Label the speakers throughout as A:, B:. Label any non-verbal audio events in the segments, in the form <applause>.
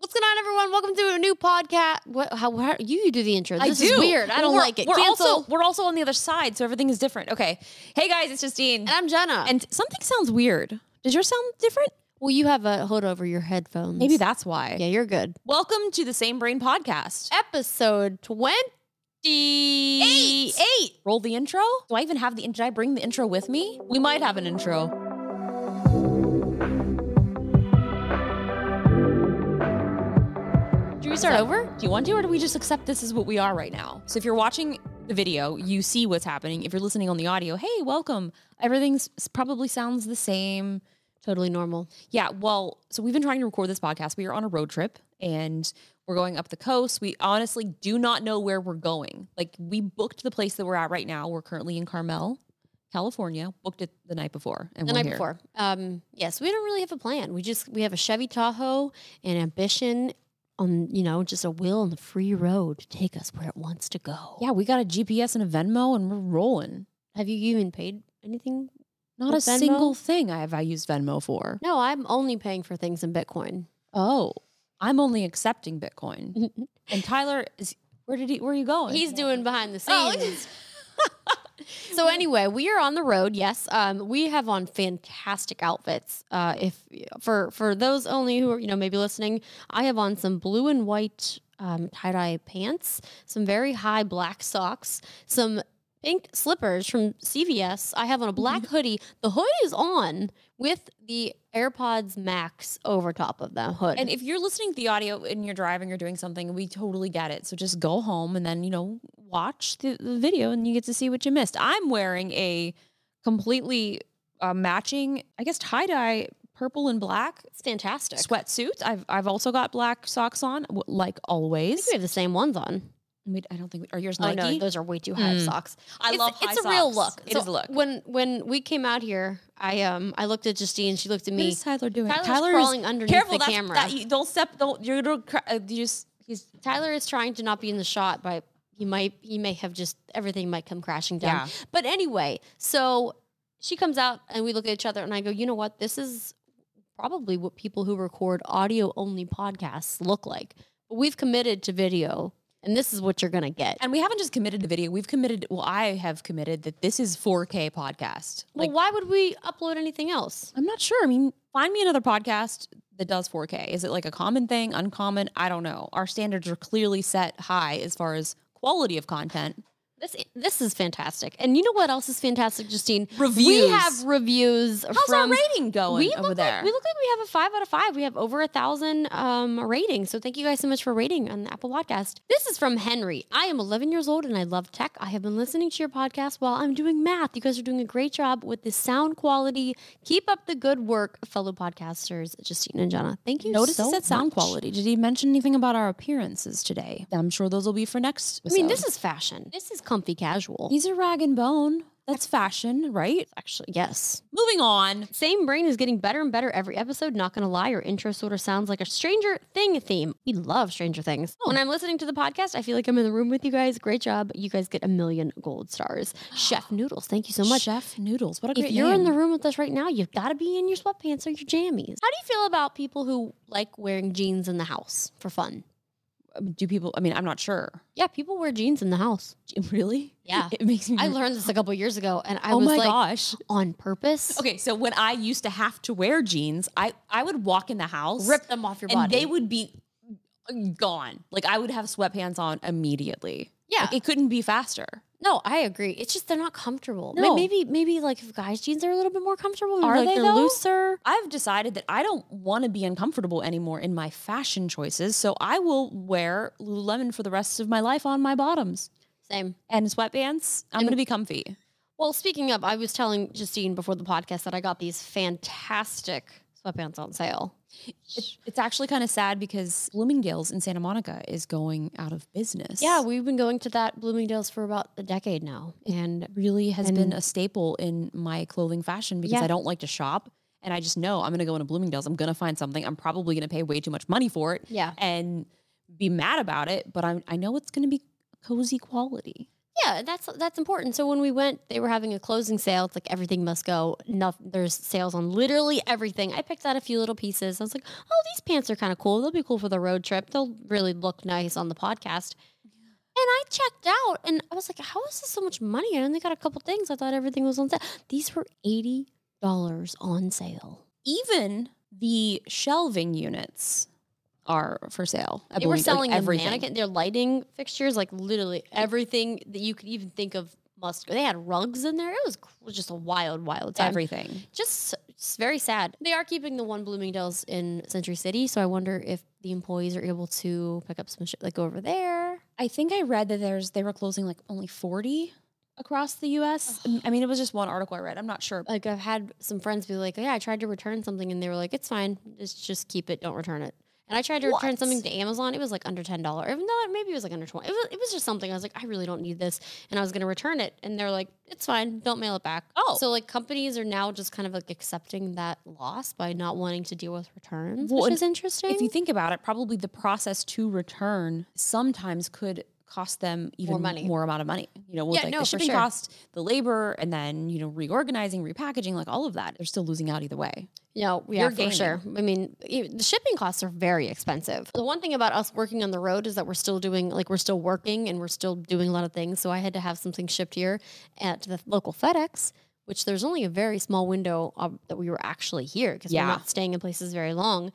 A: What's going on, everyone? Welcome to a new podcast. What? How? how you, do the intro.
B: I
A: This
B: do.
A: is weird. I
B: Well,
A: don't
B: we're-
A: like it.
B: We're
A: Cancel.
B: also we're also on the other side, so everything is different. Okay. Hey guys, it's Justine.
A: and I'm Jenna.
B: and something sounds weird. Does yours sound different?
A: well, you have a hood over your headphones.
B: Maybe that's why.
A: Yeah, you're good.
B: Welcome to the Same Brain Podcast.
A: Episode twenty.
B: Eight. Eight. Roll the intro. Do I even have the? in- Did I bring the intro with me? We might have an intro. Do we start over? Do you want to, or do we just accept this is what we are right now? So if you're watching the video, you see what's happening. If you're listening on the audio, hey, welcome. Everything's s- probably sounds the same.
A: Totally normal.
B: Yeah, well, so we've been trying to record this podcast. We are on a road trip and we're going up the coast. We honestly do not know where we're going. Like we booked the place that we're at right now. We're currently in Carmel, California. Booked it the night before. And
A: The
B: we're
A: night
B: here.
A: before. Um, yes, we don't really have a plan. We just we have a Chevy Tahoe and ambition on you know just a will and the free road to take us where it wants to go.
B: Yeah, we got a GPS and a Venmo and we're rolling.
A: Have you even paid anything?
B: Not
A: With
B: a
A: Venmo?
B: single thing I have I used Venmo for.
A: No, I'm only paying for things in Bitcoin.
B: Oh. I'm only
A: <laughs>
B: accepting Bitcoin. and Tyler is where did he where are you going?
A: He's doing behind the
B: Oh.
A: scenes. <laughs> so anyway, we are on the road. Yes, um, we have on fantastic outfits. Uh, if for for those only who are you know maybe listening, I have on some blue and white um, tie dye pants, some very high black socks, some pink slippers from CVS. I have on a black hoodie. The hood is on with the AirPods Max over top of the hood.
B: And if you're listening to the audio and you're driving or doing something, we totally get it. So just go home and then, you know, watch the, the video and you get to see what you missed. I'm wearing a completely uh, matching, I guess, tie dye purple and black
A: it's fantastic.
B: sweatsuit. I've, I've also got black socks on, w- like
A: I think
B: always.
A: we have the same ones on.
B: Wait, I don't think, are yours
A: Oh
B: Nike?
A: no, those are way too high of
B: Mm.
A: socks.
B: I
A: it's,
B: love high
A: it's a real look.
B: socks. It
A: So
B: is a look.
A: When when we came out here, I um I looked at Justine. She looked at
B: What
A: me.
B: is Tyler doing?
A: Tyler's
B: Tyler
A: crawling underneath
B: careful,
A: the
B: that's-
A: camera.
B: That, you, don't step, don't, you're gonna cr- uh, you just, he's,
A: Tyler is trying to not be in the shot, but he might he may have just everything might come crashing down.
B: Yeah.
A: But anyway, so she comes out and we look at each other and I go, you know what? This is probably what people who record audio only podcasts look like. But we've committed to video, and this is what you're gonna get.
B: and we haven't just committed to video. We've committed, well, I have committed that this is 4K podcast.
A: well, why would we upload anything else?
B: I'm not sure. I mean, find me another podcast that does 4K. Is it like a common thing, uncommon? I don't know. Our standards are clearly set high as far as quality of content.
A: This this is fantastic. And you know what else is fantastic, Justine? We
B: Reviews.
A: have reviews
B: How's
A: from
B: our rating going
A: we
B: over
A: look
B: there?
A: Like, we look like we have a five out of five. We have over a thousand um, ratings. So thank you guys so much for rating on the Apple Podcast. This is from Henry. I am 11 years old and I love tech. I have been listening to your podcast while I'm doing math. You guys are doing a great job with the sound quality. Keep up the good work, fellow podcasters Justine and Jenna. Thank you.
B: Notice
A: so
B: he said sound
A: much.
B: quality. Did he mention anything about our appearances today? I'm sure those will be for next.
A: I mean, this
B: episode.
A: is fashion. This is comfy casual.
B: these are rag and bone. That's fashion, right?
A: actually yes.
B: Moving on.
A: Same brain is getting better and better every episode. Not gonna lie, your intro sort of sounds like a Stranger Thing theme. We love Stranger Things. When I'm listening to the podcast, I feel like I'm in the room with you guys. Great job. You guys get a million gold stars. Chef Noodles, thank you so much.
B: Chef Noodles. What a
A: if
B: great
A: you're in the
B: name.
A: room with us right now, you've got to be in your sweatpants or your jammies. How do you feel about people who like wearing jeans in the house for fun?
B: Do people? I mean, I'm not sure.
A: Yeah, people wear jeans in the house.
B: <laughs> Really?
A: Yeah.
B: It makes me.
A: I learned this a couple years ago, and I
B: Mhm. oh
A: was
B: my
A: like,
B: gosh.
A: on purpose,
B: Okay, so when I used to have to wear jeans, I I would walk in the house,
A: rip them off your
B: and
A: body.
B: they would be mm, gone. Like I would have sweatpants on immediately.
A: Yeah.
B: Like, it couldn't be faster.
A: No, I agree. It's just they're not comfortable. May-
B: No.
A: Maybe maybe like if guys' jeans are a little bit more comfortable, maybe
B: Are
A: Hmm, like
B: they,
A: are
B: though?
A: looser.
B: I've decided that I don't want to be uncomfortable anymore in my fashion choices, so I will wear Lululemon for the rest of my life on my bottoms
A: Same.
B: and sweatpants. I'm gonna be comfy.
A: Well, speaking of, I was telling Justine before the podcast that I got these fantastic sweatpants on sale.
B: It- it's actually kind of sad because Bloomingdale's in Santa Monica is going out of business.
A: Yeah, we've been going to that Bloomingdale's for about a decade now, and
B: really has
A: And-
B: been a staple in my clothing fashion because
A: Yeah.
B: I don't like to shop. And I just know I'm going to go into Bloomingdale's. I'm going to find something. I'm probably going to pay way too much money for it
A: yeah,
B: and be mad about it. But I'm, I know it's going to be cozy quality.
A: yeah, that's that's important. So when we went, they were having a closing sale. It's like everything must go. Nothing, there's sales on literally everything. I picked out a few little pieces. I was like, oh, these pants are kind of cool. They'll be cool for the road trip. They'll really look nice on the podcast. And I checked out, and I was like, how is this so much money? I only got a couple things. I thought everything was on sale. These were eighty dollars on sale.
B: Even the shelving units are for sale. at
A: They were
B: Bloomingdale's, like
A: selling everything. Mannequin, their lighting fixtures, like literally everything that you could even think of. Must go. They had rugs in there. It was, cr- was just a wild, wild time.
B: Everything.
A: Just s- s- very sad. They are keeping the one Bloomingdale's in Century City, so I wonder if the employees are able to pick up some shit like over there.
B: I think I read that there's they were closing like only 40 across the U.S. I mean, it was just one article I read. I'm not sure.
A: Like I've had some friends be like, "Yeah, I tried to return something, and they were like, it's fine. Just just keep it. Don't return it." And I tried to return
B: What?
A: something to Amazon. It was like under ten dollars. No, it- maybe it was like under twenty. It was, it was just something. I was like, I really don't need this, and I was going to return it. And they're like, it's fine. Don't mail it back.
B: Oh.
A: so like companies are now just kind of like accepting that loss by not wanting to deal with returns,
B: Well,
A: which
B: and
A: is interesting.
B: if you think about it, probably the process to return sometimes could cost them even
A: More money.
B: amount of money. You know, with
A: Yeah,
B: like
A: no,
B: the
A: for
B: shipping
A: sure.
B: cost, the labor, and then you know reorganizing, repackaging, like all of that. They're still losing out either way.
A: No, yeah,
B: You're
A: for
B: gaining.
A: sure. I mean, e- the shipping costs are very expensive. The one thing about us working on the road is that we're still doing, like, we're still working and we're still doing a lot of things. So I had to have something shipped here at the local FedEx, which there's only a very small window um, that we were actually here because
B: Yeah.
A: we're not staying in places very long.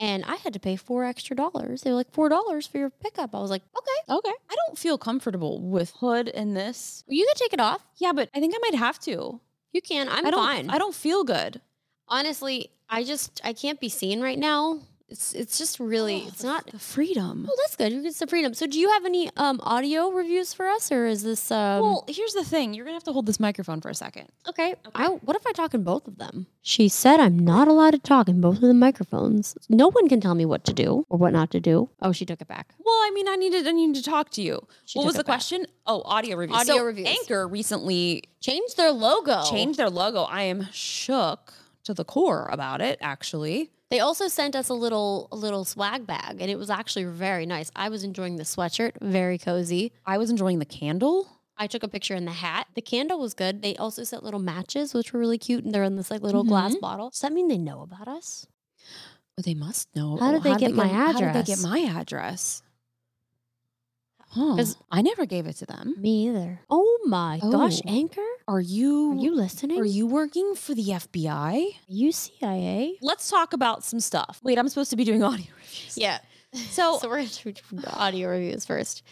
A: And I had to pay four extra dollars. They were like four dollars for your pickup. I was like, okay,
B: Okay, I don't feel comfortable with hood and this.
A: you can take it off.
B: Yeah, but I think I might have to.
A: You can. I'm
B: I don't.
A: fine.
B: I don't feel good.
A: Honestly, I just I can't be seen right now. It's it's just really
B: Oh,
A: it's
B: the-
A: not
B: the freedom.
A: Well, that's good. You get some freedom. So, do you have any um, audio reviews for us, or is this um,
B: well, here's the thing. You're gonna have to hold this microphone for a second.
A: okay? I, what if I talk in both of them? She said I'm not allowed to talk in both of the microphones. No one can tell me what to do or what not to do. Oh, she took it back.
B: Well, I mean, I needed I needed to talk to you.
A: She
B: what
A: took
B: was
A: it
B: the
A: back.
B: question? Oh, audio reviews.
A: Audio
B: so
A: reviews.
B: Anchor recently
A: Change their logo.
B: changed their logo. I am shook to the core about it, actually.
A: They also sent us a little a little swag bag, and it was actually very nice. I was enjoying the sweatshirt, very cozy.
B: I was enjoying the candle.
A: I took a picture in the hat. The candle was good. They also sent little matches, which were really cute, and they're in this like little glass bottle. Does that mean they know about us?
B: Well, they must know.
A: How did they get my
B: How did they get
A: address?
B: my address? Huh.
A: 'Cause-
B: I never gave it to them.
A: Me either. Oh my gosh,
B: Oh.
A: Anchor?
B: Are you,
A: Are you listening?
B: <laughs> are you working for the FBI?
A: you CIA?
B: Let's talk about some stuff. Wait, I'm supposed to be doing audio <laughs> reviews.
A: Yeah.
B: So,
A: so we're going to do audio reviews first.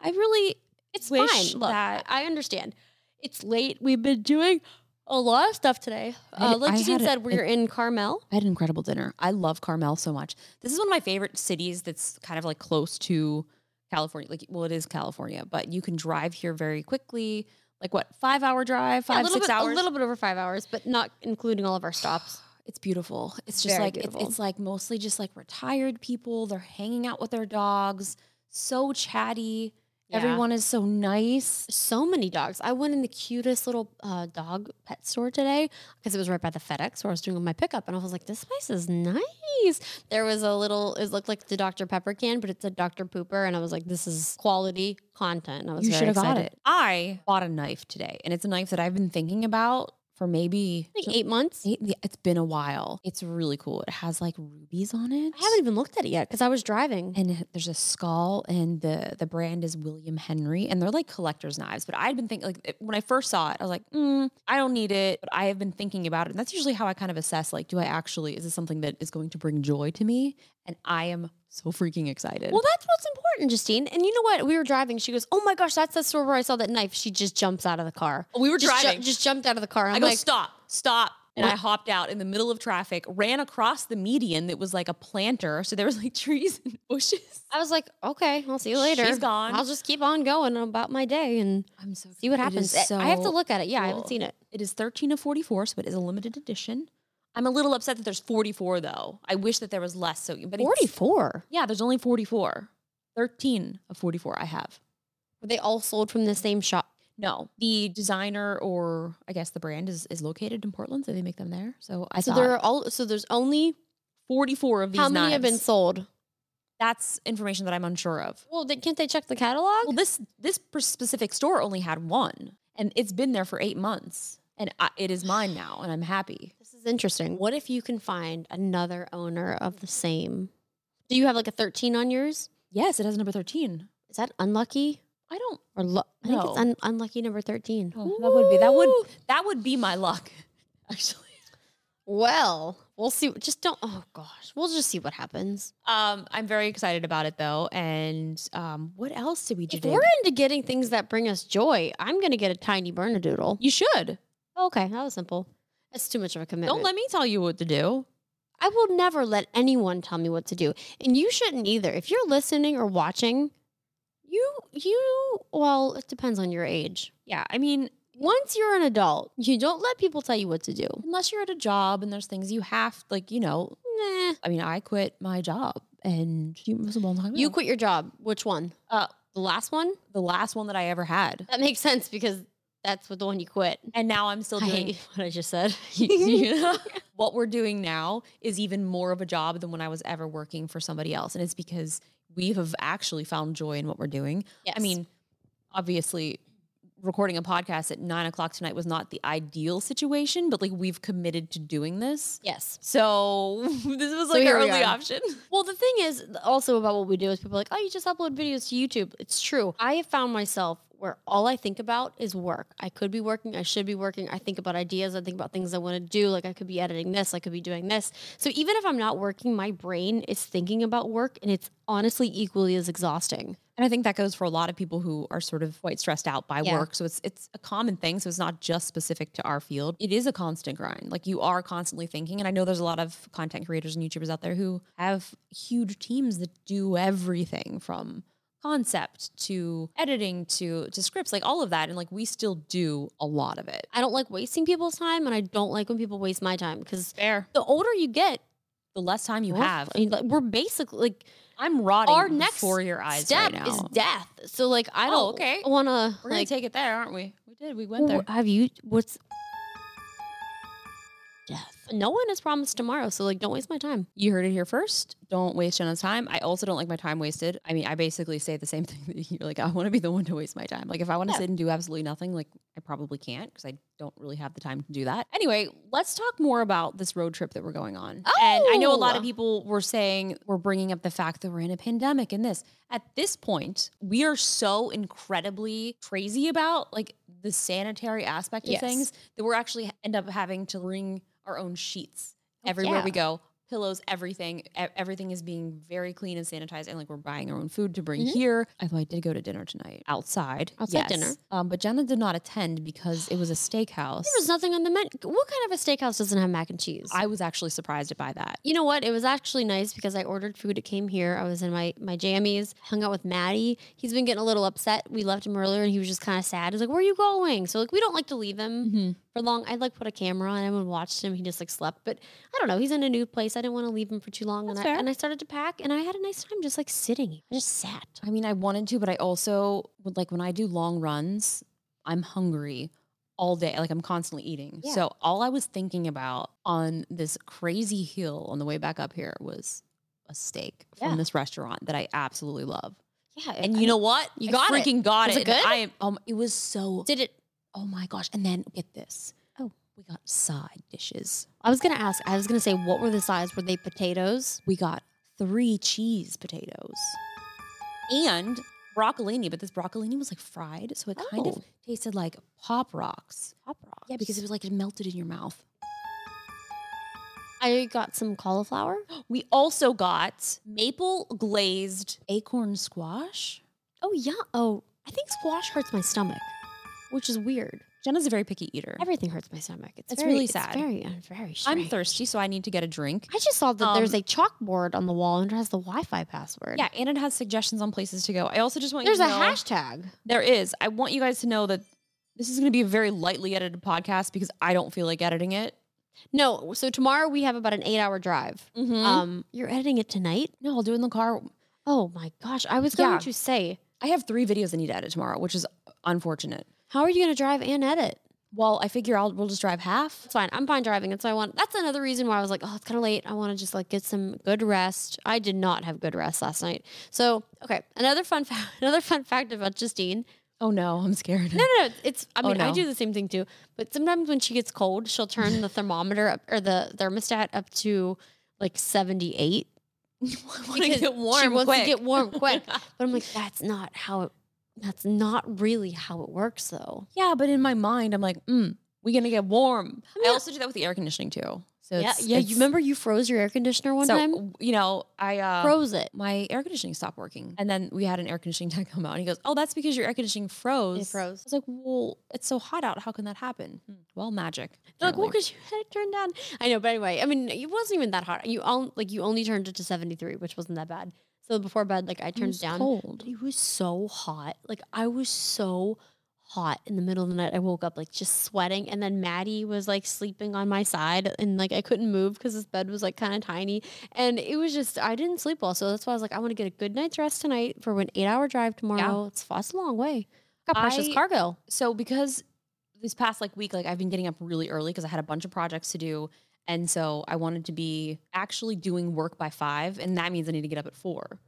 B: I really
A: It's
B: wish
A: fine. Look,
B: that
A: I understand. It's late. We've been doing a lot of stuff today.
B: I-
A: Uh, like
B: I
A: Justine
B: had a-
A: said, we're in Carmel.
B: I had an incredible dinner. I love Carmel so much. This is one of my favorite cities that's kind of like close to California. Like, well, it is California, but you can drive here very quickly. Like, what, five hour drive,
A: Yeah,
B: five,
A: a little
B: six
A: bit,
B: hours?
A: A little bit over five hours, but not including all of our stops.
B: <sighs> It's beautiful. It's just
A: Very
B: like, it's,
A: beautiful.
B: it's like mostly just like retired people. They're hanging out with their dogs, so chatty.
A: Yeah.
B: Everyone is so nice.
A: so many dogs. I went in the cutest little uh, dog pet store today because it was right by the FedEx where I was doing my pickup, and I was like, "This place is nice." There was a little. It looked like the Dr Pepper can, but it's a Dr Pooper, and I was like, "This is quality content." I was
B: You
A: very
B: should have got
A: excited.
B: it. I bought a knife today, and it's a knife that I've been thinking about for maybe
A: Like eight months.
B: It, yeah, it's been a while. It's really cool. It has like rubies on it.
A: I haven't even looked at it yet because I was driving.
B: and it- there's a skull, and the the brand is William Henry, and they're like collector's knives. But I had been thinking, like it- when I first saw it, I was like, mm, I don't need it. But I have been thinking about it, and that's usually how I kind of assess, like, do I actually is this something that is going to bring joy to me? And I am so freaking excited.
A: Well, that's what's important, Justine. And you know what? We were driving. She goes, "Oh my gosh, that's the store where I saw that knife." She just jumps out of the car.
B: we were
A: Just, ju-
B: driving.
A: just jumped out of the car. I'm
B: I go,
A: like,
B: stop, stop. And I hopped out in the middle of traffic, ran across the median that was like a planter. So there was like trees <laughs> and bushes.
A: I was like, okay, I'll see you later.
B: She's gone.
A: I'll just keep on going about my day and
B: I'm so
A: Eh, see what happens. I- I have to look at it. Yeah, I haven't
B: cool.
A: seen it.
B: It is 13 of 44, so it is a limited edition. I'm a little upset that there's 44 though. I wish that there was less. So, but it's-
A: 44.
B: Yeah, there's only 44. 13 of 44 I have.
A: Were they all sold from the same shop?
B: No, the designer or I guess the brand is is located in Portland, so they make them there. So I
A: So
B: saw
A: there are all. So there's only
B: 44 of these.
A: how many have been
B: knives.
A: sold?
B: That's information that I'm unsure of.
A: Well, they, can't they check the catalog?
B: Well, this this per- specific store only had one, and it's been there for eight months, and I, it is mine now, and I'm happy.
A: This is interesting. What if you can find another owner of the same? Do you have like a 13 on yours?
B: Yes, it has number 13.
A: Is that unlucky
B: I don't.
A: or lu- I think
B: No.
A: it's un- unlucky number 13.
B: Oh, that would be that would
A: Ooh.
B: that would be my luck, <laughs> actually.
A: Well, we'll see. Just don't. Oh gosh, we'll just see what happens.
B: Um, I'm very excited about it though. And um, what else did we do?
A: If
B: today?
A: we're into getting things that bring us joy, I'm gonna get a tiny Bernadoodle.
B: You should.
A: Okay, that was simple. That's too much of a commitment.
B: Don't let me tell you what to do.
A: I will never let anyone tell me what to do. And you shouldn't either. If you're listening or watching, you you well, it depends on your age.
B: Yeah, I mean,
A: Once you're an adult, you don't let people tell you what to do.
B: unless you're at a job and there's things you have, like you know.
A: Nah.
B: I mean, I quit my job, and you it was a long time
A: You
B: ago.
A: quit your job. Which one?
B: Uh,
A: The last one?
B: the last one that I ever had,
A: That makes sense because that's what the one you quit.
B: and now I'm still
A: I
B: doing.
A: hate <laughs> what I just said.
B: you know? what we're doing now is even more of a job than when I was ever working for somebody else. And it's because we have actually found joy in what we're doing.
A: Yes.
B: I mean, obviously, recording a podcast at nine o'clock tonight was not the ideal situation, but like we've committed to doing this.
A: yes.
B: So <laughs> this was like
A: here
B: our
A: we
B: only
A: are.
B: option.
A: Well, the thing is also about what we do is people are like, oh, you just upload videos to YouTube. It's true. I have found myself where all I think about is work. I could be working, I should be working. I think about ideas, I think about things I want to do. Like I could be editing this, I could be doing this. So even if I'm not working, my brain is thinking about work and it's honestly equally as exhausting.
B: And I think that goes for a lot of people who are sort of quite stressed out by
A: Yeah.
B: work. So it's it's a common thing. So it's not just specific to our field. It is a constant grind. Like you are constantly thinking. And I know there's a lot of content creators and YouTubers out there who have huge teams that do everything from concept to editing to to scripts, like all of that. And like we still do a lot of it.
A: I don't like wasting people's time and I don't like when people waste my time because
B: Fair.
A: the older you get,
B: The less time you
A: we're-
B: have,
A: I mean, like, we're basically like
B: I'm rotting
A: Our next
B: before your eyes
A: step
B: right now.
A: is death. So like I
B: Oh,
A: don't
B: okay.
A: want to
B: We're
A: like
B: gonna take it there, aren't we? We did. We went there.
A: Wh- Have you? What's death? No one has promised tomorrow, so like, don't waste my time.
B: You heard it here first. Don't waste Jenna's time. I also don't like my time wasted. I mean, I basically say the same <laughs> thing that you're like, I want to be the one to waste my time. Like, if I want to
A: Yeah.
B: sit and do absolutely nothing, like, I probably can't because I don't really have the time to do that. Anyway, let's talk more about this road trip that we're going on. And I know a lot of
A: Oh!
B: people were saying we're bringing up the fact that we're in a pandemic and this. At this point, we are so incredibly crazy about like the sanitary aspect of
A: Yes.
B: things that we're actually end up having to bring our own sheets everywhere
A: yeah.
B: we go pillows everything E- everything is being very clean and sanitized and like we're buying our own food to bring here although i did go to dinner tonight outside
A: Mm-hmm. Outside dinner.
B: um, but jenna did not attend because it was a steakhouse
A: There was nothing on the menu. What kind of a steakhouse doesn't have mac and cheese?
B: i was actually surprised by that
A: you know what? It was actually nice because I ordered food. It came here. I was in my my jammies, hung out with Maddie. He's been getting a little upset. We left him earlier, and he was just kind of sad. He's like, "Where are you going?" So like, we don't like to leave him
B: Mm.
A: for long. I like put a camera on him and watched him. He just like slept, but I don't know. He's in a new place. I didn't want to leave him for too long,
B: That's
A: and I
B: fair.
A: and I started to pack, and I had a nice time just like sitting. I just sat.
B: i mean i wanted to but i also would like when i do long runs i'm hungry all day like i'm constantly eating
A: Yeah.
B: so all i was thinking about on this crazy hill on the way back up here was a steak
A: Yeah.
B: from this restaurant that i absolutely love
A: Yeah,
B: And you know what?
A: You
B: I
A: got it.
B: freaking got
A: Was
B: it.
A: it good?
B: I am. Um, it was so.
A: did it
B: Oh my gosh! And then get this.
A: Oh.
B: we got side dishes.
A: I was gonna ask. I was gonna say, what were the sides? Were they potatoes?
B: We got three cheese potatoes and broccolini. But this broccolini was like fried, so it kind of
A: Oh.
B: tasted like pop rocks.
A: Pop rocks.
B: Yeah, because it was like it melted in your mouth. <gasps>
A: I got some cauliflower. <gasps>
B: We also got maple glazed acorn squash.
A: Oh yeah. Oh, I think squash hurts my stomach, which is weird.
B: Jenna's a very picky eater.
A: Everything hurts my stomach. It's,
B: It's
A: very-
B: really sad.
A: very, uh, very.
B: I'm
A: strange.
B: thirsty, so I need to get a drink.
A: I just saw that
B: Um,
A: there's a chalkboard on the wall and it has the Wi-Fi password.
B: Yeah, and it has suggestions on places to go. I also just want
A: There's
B: you
A: a
B: to know,
A: hashtag.
B: There is. I want you guys to know that this is going to be a very lightly edited podcast because I don't feel like editing it.
A: No, so tomorrow we have about an eight hour drive.
B: Um,
A: Um, you're editing it tonight?
B: no, I'll do it in the car.
A: Oh my gosh. I was
B: Yeah.
A: going to say,
B: I have three videos I need to edit tomorrow, which is unfortunate.
A: how are you going to drive and edit?
B: Well, I figure I'll we'll just drive half.
A: It's fine. I'm fine driving. And so I want, that's another reason why I was like, oh, it's kind of late. I want to just like get some good rest. I did not have good rest last night. So, okay. Another fun fact, <laughs> another fun fact about Justine.
B: Oh no, I'm
A: <laughs>
B: scared. <laughs>
A: No, no, no. It's, I
B: Oh,
A: mean, I
B: no.
A: do the same thing too. But sometimes when she gets cold, she'll
B: <laughs>
A: turn the thermometer up or the thermostat up to like
B: <laughs>
A: 78.
B: wanna
A: because
B: get warm
A: She wants to
B: quick.
A: get warm
B: <laughs>
A: quick. but I'm like, that's not how it. That's not really how it works, though.
B: Yeah, but in my mind, I'm like, mm, we gonna get warm. I,
A: mean-
B: also do that with the air conditioning too. So
A: yeah,
B: it's-
A: yeah.
B: it's-
A: You remember you froze your air conditioner one
B: so,
A: time?
B: You know, I uh,
A: Froze it.
B: my air conditioning stopped working, and then we had an air conditioning <laughs> tech come out, and he goes, "Oh, that's because your air conditioning froze."
A: It froze.
B: I was like, "Well, it's so hot out. How can that happen?" Well, magic.
A: They're like, well,
B: apparently.
A: because you had it turned down. I know, but anyway, I mean, it wasn't even that hot. You all like you only turned it to 73, which wasn't that bad. So before bed, like I
B: It
A: turned
B: was
A: it down.
B: Cold.
A: But it was so hot. Like I was so hot in the middle of the night. I woke up like just sweating, and then Maddie was like sleeping on my side, and like I couldn't move because this bed was like kind of tiny, and it was just I didn't sleep well. So that's why I was like, I want to get a good night's rest tonight for an eight-hour drive tomorrow. It's It's a long way. I got precious
B: I-
A: cargo.
B: so because this past like week like i've been getting up really early because i had a bunch of projects to do and so i wanted to be actually doing work by five and that means i need to get up at four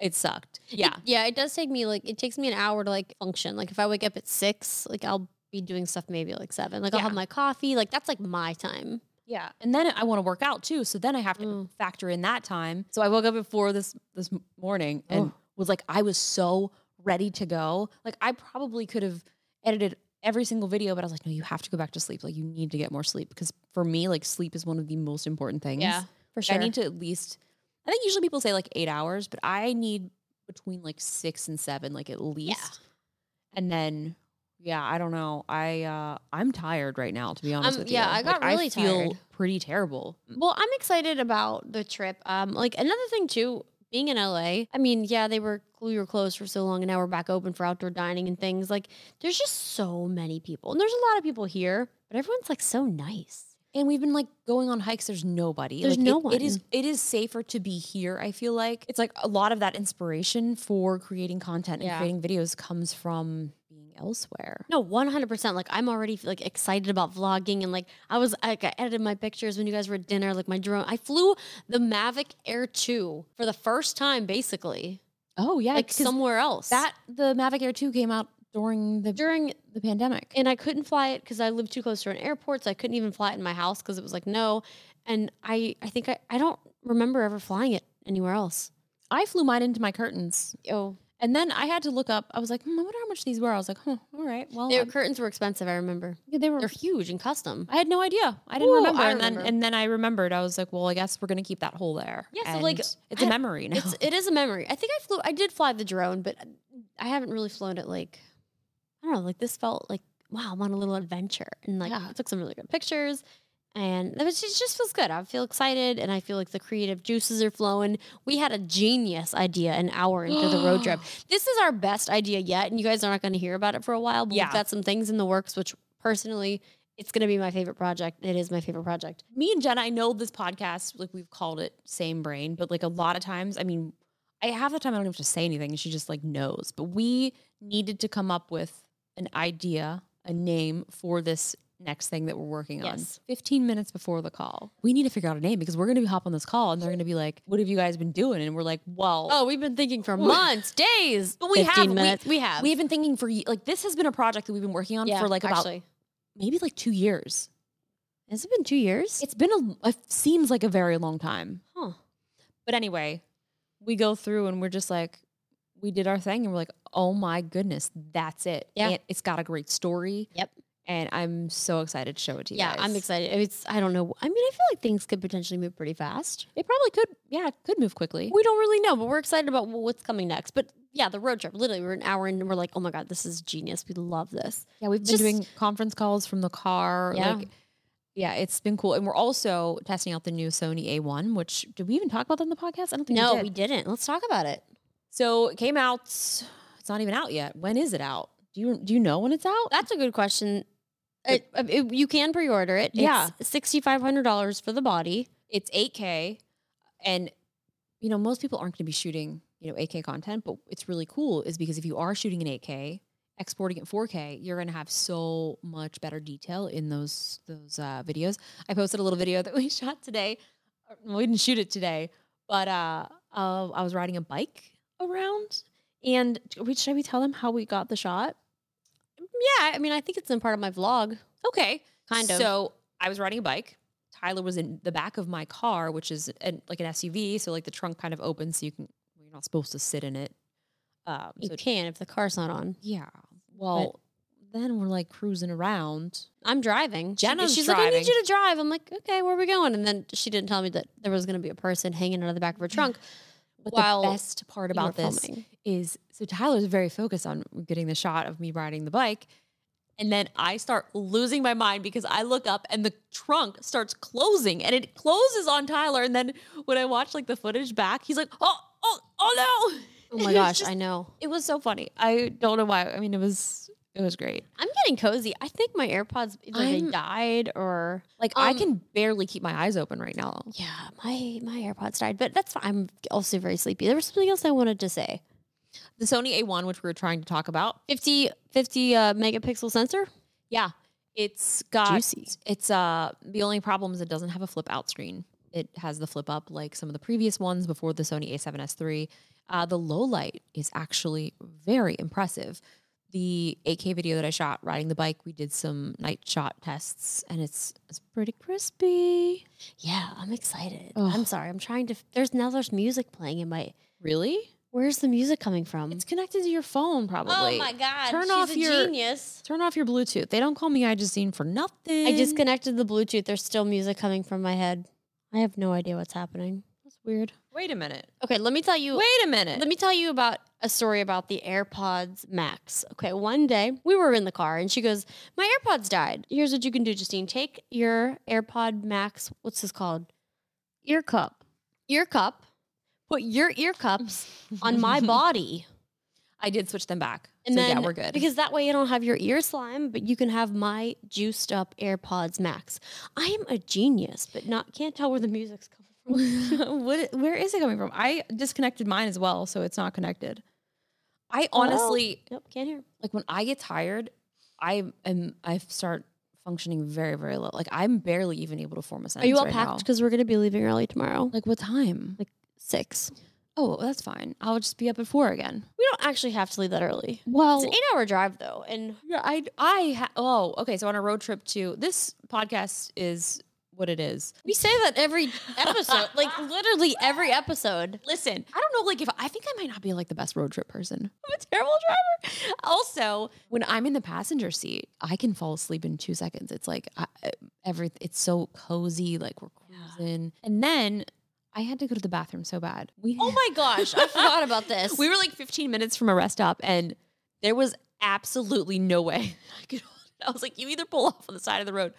B: it sucked yeah
A: Yeah, it does take me like it takes me an hour to like function. Like if I wake up at six, like I'll be doing stuff maybe like seven. Like I'll
B: Yeah.
A: have my coffee. Like that's like my time.
B: yeah and then i want to work out too so then i have to
A: Mm.
B: factor in that time so i woke up at four this this m- morning and
A: Oh.
B: was like i was so ready to go like i probably could have edited every single video but i was like no you have to go back to sleep like you need to get more sleep because for me like sleep is one of the most important things
A: for sure.
B: I need to at least. I think usually people say like eight hours, but I need between like six and seven, like at least. And then, yeah, I don't know. I uh I'm tired right now, to be honest
A: Um,
B: with
A: yeah,
B: you.
A: I got
B: Like,
A: really
B: I feel
A: tired.
B: pretty terrible.
A: Well, I'm excited about the trip. Um, like another thing too, being in LA. I mean, yeah, they were we were closed for so long, and now we're back open for outdoor dining and things. Like, there's just so many people, and there's a lot of people here, but everyone's like so nice.
B: And we've been like going on hikes. There's nobody.
A: There's
B: like,
A: no
B: it, It is
A: one.
B: it is safer to be here. I feel like it's like a lot of that inspiration for creating content and
A: Yeah.
B: creating videos comes from being elsewhere.
A: No, one hundred percent. Like, I'm already like excited about vlogging, and like I was like I edited my pictures when you guys were at dinner. Like my drone, I flew the Mavic Air Two for the first time, basically,
B: Oh yeah,
A: like
B: 'cause
A: somewhere else.
B: that the Mavic Air Two came out during the
A: during
B: the pandemic.
A: and I couldn't fly it because I lived too close to an airport, so I couldn't even fly it in my house because it was like no. And I, I think I, I don't remember ever flying it anywhere else.
B: I flew mine into my curtains.
A: Oh,
B: And then I had to look up. I was like, hmm, I wonder how much these were. I was like, huh, all right. Well,
A: their
B: um,
A: curtains were expensive. I remember
B: yeah, they were.
A: they're huge and custom.
B: I had no idea. I didn't
A: Ooh,
B: remember.
A: I
B: and then
A: remember.
B: and then I remembered. I was like, well, I guess we're gonna keep that hole there.
A: Yeah, so, like,
B: And it's a
A: I-
B: memory now.
A: It's it is a memory. I think I flew. I did fly the drone, but uh, I haven't really flown it. Like I don't know. Like this felt like wow, I'm on a little adventure, and like
B: Yeah.
A: I took some really good pictures. And it was- it just feels good. I feel excited, and I feel like the creative juices are flowing. We had a genius idea an hour into the road
B: <gasps>
A: trip. This is our best idea yet, and you guys are not going to hear about it for a while. But
B: Yeah.
A: we've got some things in the works, which personally, it's going to be my favorite project. It is my favorite project.
B: me and Jen, I know this podcast, like we've called it same brain, but like a lot of times, I mean, I half the time I don't have to say anything. She just like knows. But we needed to come up with an idea, a name for this next thing that we're working on.
A: Yes.
B: 15 minutes before the call. We need to figure out a name because we're gonna be hop on this call and they're gonna be like, What have you guys been doing? And we're like, Well,
A: Oh, we've been thinking for months, days, but
B: we
A: 15
B: have- we-
A: minutes. We, have.
B: we've been thinking for ye- like this has been a project that we've been working on
A: Yeah,
B: for like about
A: actually.
B: maybe like two years.
A: Has it been two years?
B: It's been a it seems like a very long time.
A: huh.
B: But anyway, we go through and we're just like, we did our thing and we're like, oh my goodness, that's it.
A: Yeah.
B: And it's got a great story.
A: Yep.
B: And I'm so excited to show it to you
A: Yeah,
B: guys.
A: I'm excited. It's I don't know. I mean, I feel like things could potentially move pretty fast.
B: It probably could, yeah, it could move quickly.
A: We don't really know, but we're excited about wh- what's coming next. But yeah, the road trip. Literally, we're an hour in and we're like, oh my god, this is genius. We love this.
B: Yeah, we've been
A: Just-
B: doing conference calls from the car.
A: Yeah.
B: Like, yeah, it's been cool. And we're also testing out the new Sony A1, which did we even talk about that in the podcast? I don't think
A: no,
B: we did.
A: we didn't. Let's talk about it.
B: so it came out. It's not even out yet. When is it out? Do you do you know when it's out?
A: That's a good question. It, uh, it- you can pre-order it.
B: Yeah.
A: it's sixty five hundred dollars for the body.
B: It's 8K, and you know most people aren't going to be shooting you know 8K content, but it's really cool is because if you are shooting in 8K, exporting it 4K, you're going to have so much better detail in those those uh, videos. I posted a little video that we <laughs> shot today. Uh, We didn't shoot it today, but uh, uh, I was riding a bike
A: around. And we- should we tell them how we got the shot? Yeah, I mean, I think it's in part of my vlog,
B: Okay.
A: kind of.
B: So I was riding a bike. Tyler was in the back of my car, which is an, like an SUV. So like the trunk kind of opens, so you can you're not supposed to sit in it. Um,
A: you
B: so
A: can if the car's not on.
B: yeah. Well, then we're like cruising around.
A: I'm driving. She-
B: Jenna's
A: she's like, I need
B: driving.
A: you to drive. I'm like, okay, where are we going? And then she didn't tell me that there was going to be a person hanging out of the back of her trunk
B: But
A: while
B: the best part
A: we
B: about
A: were
B: this
A: filming.
B: is so Tyler's very focused on getting the shot of me riding the bike. And then I start losing my mind because I look up and the trunk starts closing and it closes on Tyler. And then when I watch like the footage back, he's like, oh, oh, oh no.
A: <laughs>
B: <laughs>
A: Oh my
B: It was
A: gosh,
B: just-
A: I know.
B: It was so funny. I don't know why. I mean, it was it was great.
A: I'm getting cozy. I think my AirPods either they
B: I'm- um,
A: died or
B: Like I
A: I
B: can barely keep my eyes open right now.
A: yeah, my my AirPods died. But that's fine. I'm also very sleepy. There was something else I wanted to say.
B: The Sony A1, which we were trying to talk about,
A: 50 50 uh, megapixel sensor.
B: yeah, it's got
A: Juicy.
B: it's uh the only problem is it doesn't have a flip out screen. It has the flip up like some of the previous ones before the Sony A7S III. Uh, the low light is actually very impressive. The 8K video that I shot riding the bike, we did some night shot tests, and it's it's pretty crispy.
A: Yeah, I'm excited.
B: Ugh.
A: I'm sorry. I'm trying to. There's now there's music playing in my.
B: Really?
A: Where's the music coming from?
B: It's connected to your phone, probably.
A: Oh god!
B: Turn off your-
A: genius.
B: Turn off your Bluetooth. They don't call me iJustine for nothing.
A: I disconnected the Bluetooth. There's still music coming from my head. I have no idea what's happening. That's weird.
B: wait a minute.
A: Okay, let me tell you.
B: Wait a minute.
A: Let me tell you about a story about the AirPods Max. Okay, one day we were in the car and she goes, My AirPods died. Here's what you can do, Justine. Take your AirPod Max, what's this called? Ear cup. Ear cup. Put your ear <laughs> cups on my body.
B: I did switch them back.
A: And
B: so
A: then
B: yeah, we're good. <laughs>
A: Because that way you don't have your ear slime, but you can have my juiced up AirPods Max. I am a genius, but not can't tell where the music's coming <laughs> from.
B: what, where is it coming from? I disconnected mine as well, so it's not connected. I honestly
A: nope, can't hear.
B: like when I get tired, I am I start functioning very very low. Like I'm barely even able to form a
A: Are
B: sentence.
A: you all
B: right
A: packed?
B: now.
A: Because we're gonna be leaving early tomorrow.
B: Like what time? Like
A: Six.
B: oh, that's fine. I'll just be up at four again.
A: We don't actually have to leave that early.
B: Well,
A: It's an eight hour drive though, and
B: Yeah, I I ha- oh okay. So on a road trip to this podcast is what it is.
A: we say that every episode, like literally every episode.
B: Listen, I don't know. Like if I think I might not be like the best road trip person. <laughs> I'm a terrible driver. Also, when I'm in the passenger seat, I can fall asleep in two seconds. It's like I, uh, every it's so cozy. Like we're cruising, and then I had to go to the bathroom so bad. We
A: Oh my gosh, I forgot about this. <laughs>
B: we were like 15 minutes from a rest stop, and there was absolutely no way <laughs> I could. Hold it. I was like, you either pull off on the side of the road,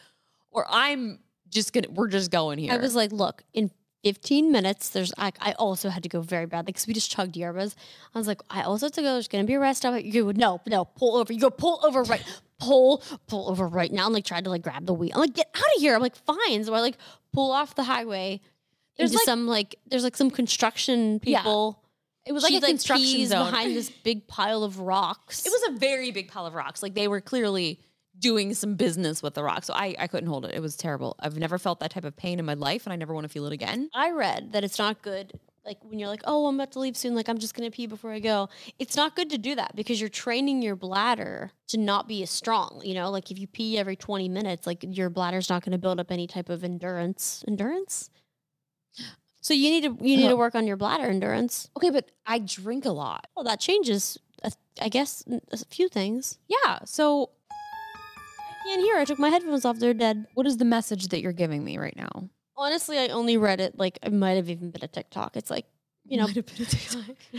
B: or I'm just gonna. We're just going here.
A: I was like, look, in 15 minutes, there's, I, I also had to go very badly because we just chugged yerbas. I was like, I also have to go. There's going to be a rest stop. You go, no, no, pull over. You go, pull over right, pull, pull over right now. I'm like, tried to like grab the wheel. I'm like, get out of here. I'm like, fine. So I like pull off the highway.
B: There's,
A: There's
B: like-
A: some like, there's like some construction
B: Yeah.
A: people.
B: it was
A: She,
B: like a construction
A: pees
B: zone.
A: behind this big pile of rocks.
B: it was a very big pile of rocks. Like they were clearly doing some business with the rocks. So I I couldn't hold it. It was terrible. I've never felt that type of pain in my life, and I never want to feel it again.
A: I read that it's not good. Like when you're like, oh, I'm about to leave soon. Like I'm just gonna pee before I go. It's not good to do that because you're training your bladder to not be as strong. You know, like if you pee every 20 minutes, like your bladder's not gonna build up any type of endurance. Endurance. So you need to you need to work on your bladder endurance.
B: Okay, but I drink a lot.
A: Well, that changes, a, I guess, n- a few things.
B: Yeah. So
A: I can't hear. I took my headphones off. They're dead.
B: what is the message that you're giving me right now?
A: Honestly, I only read it. Like it might have even been a TikTok. It's like you know.
B: <laughs> Might have been a
A: <laughs>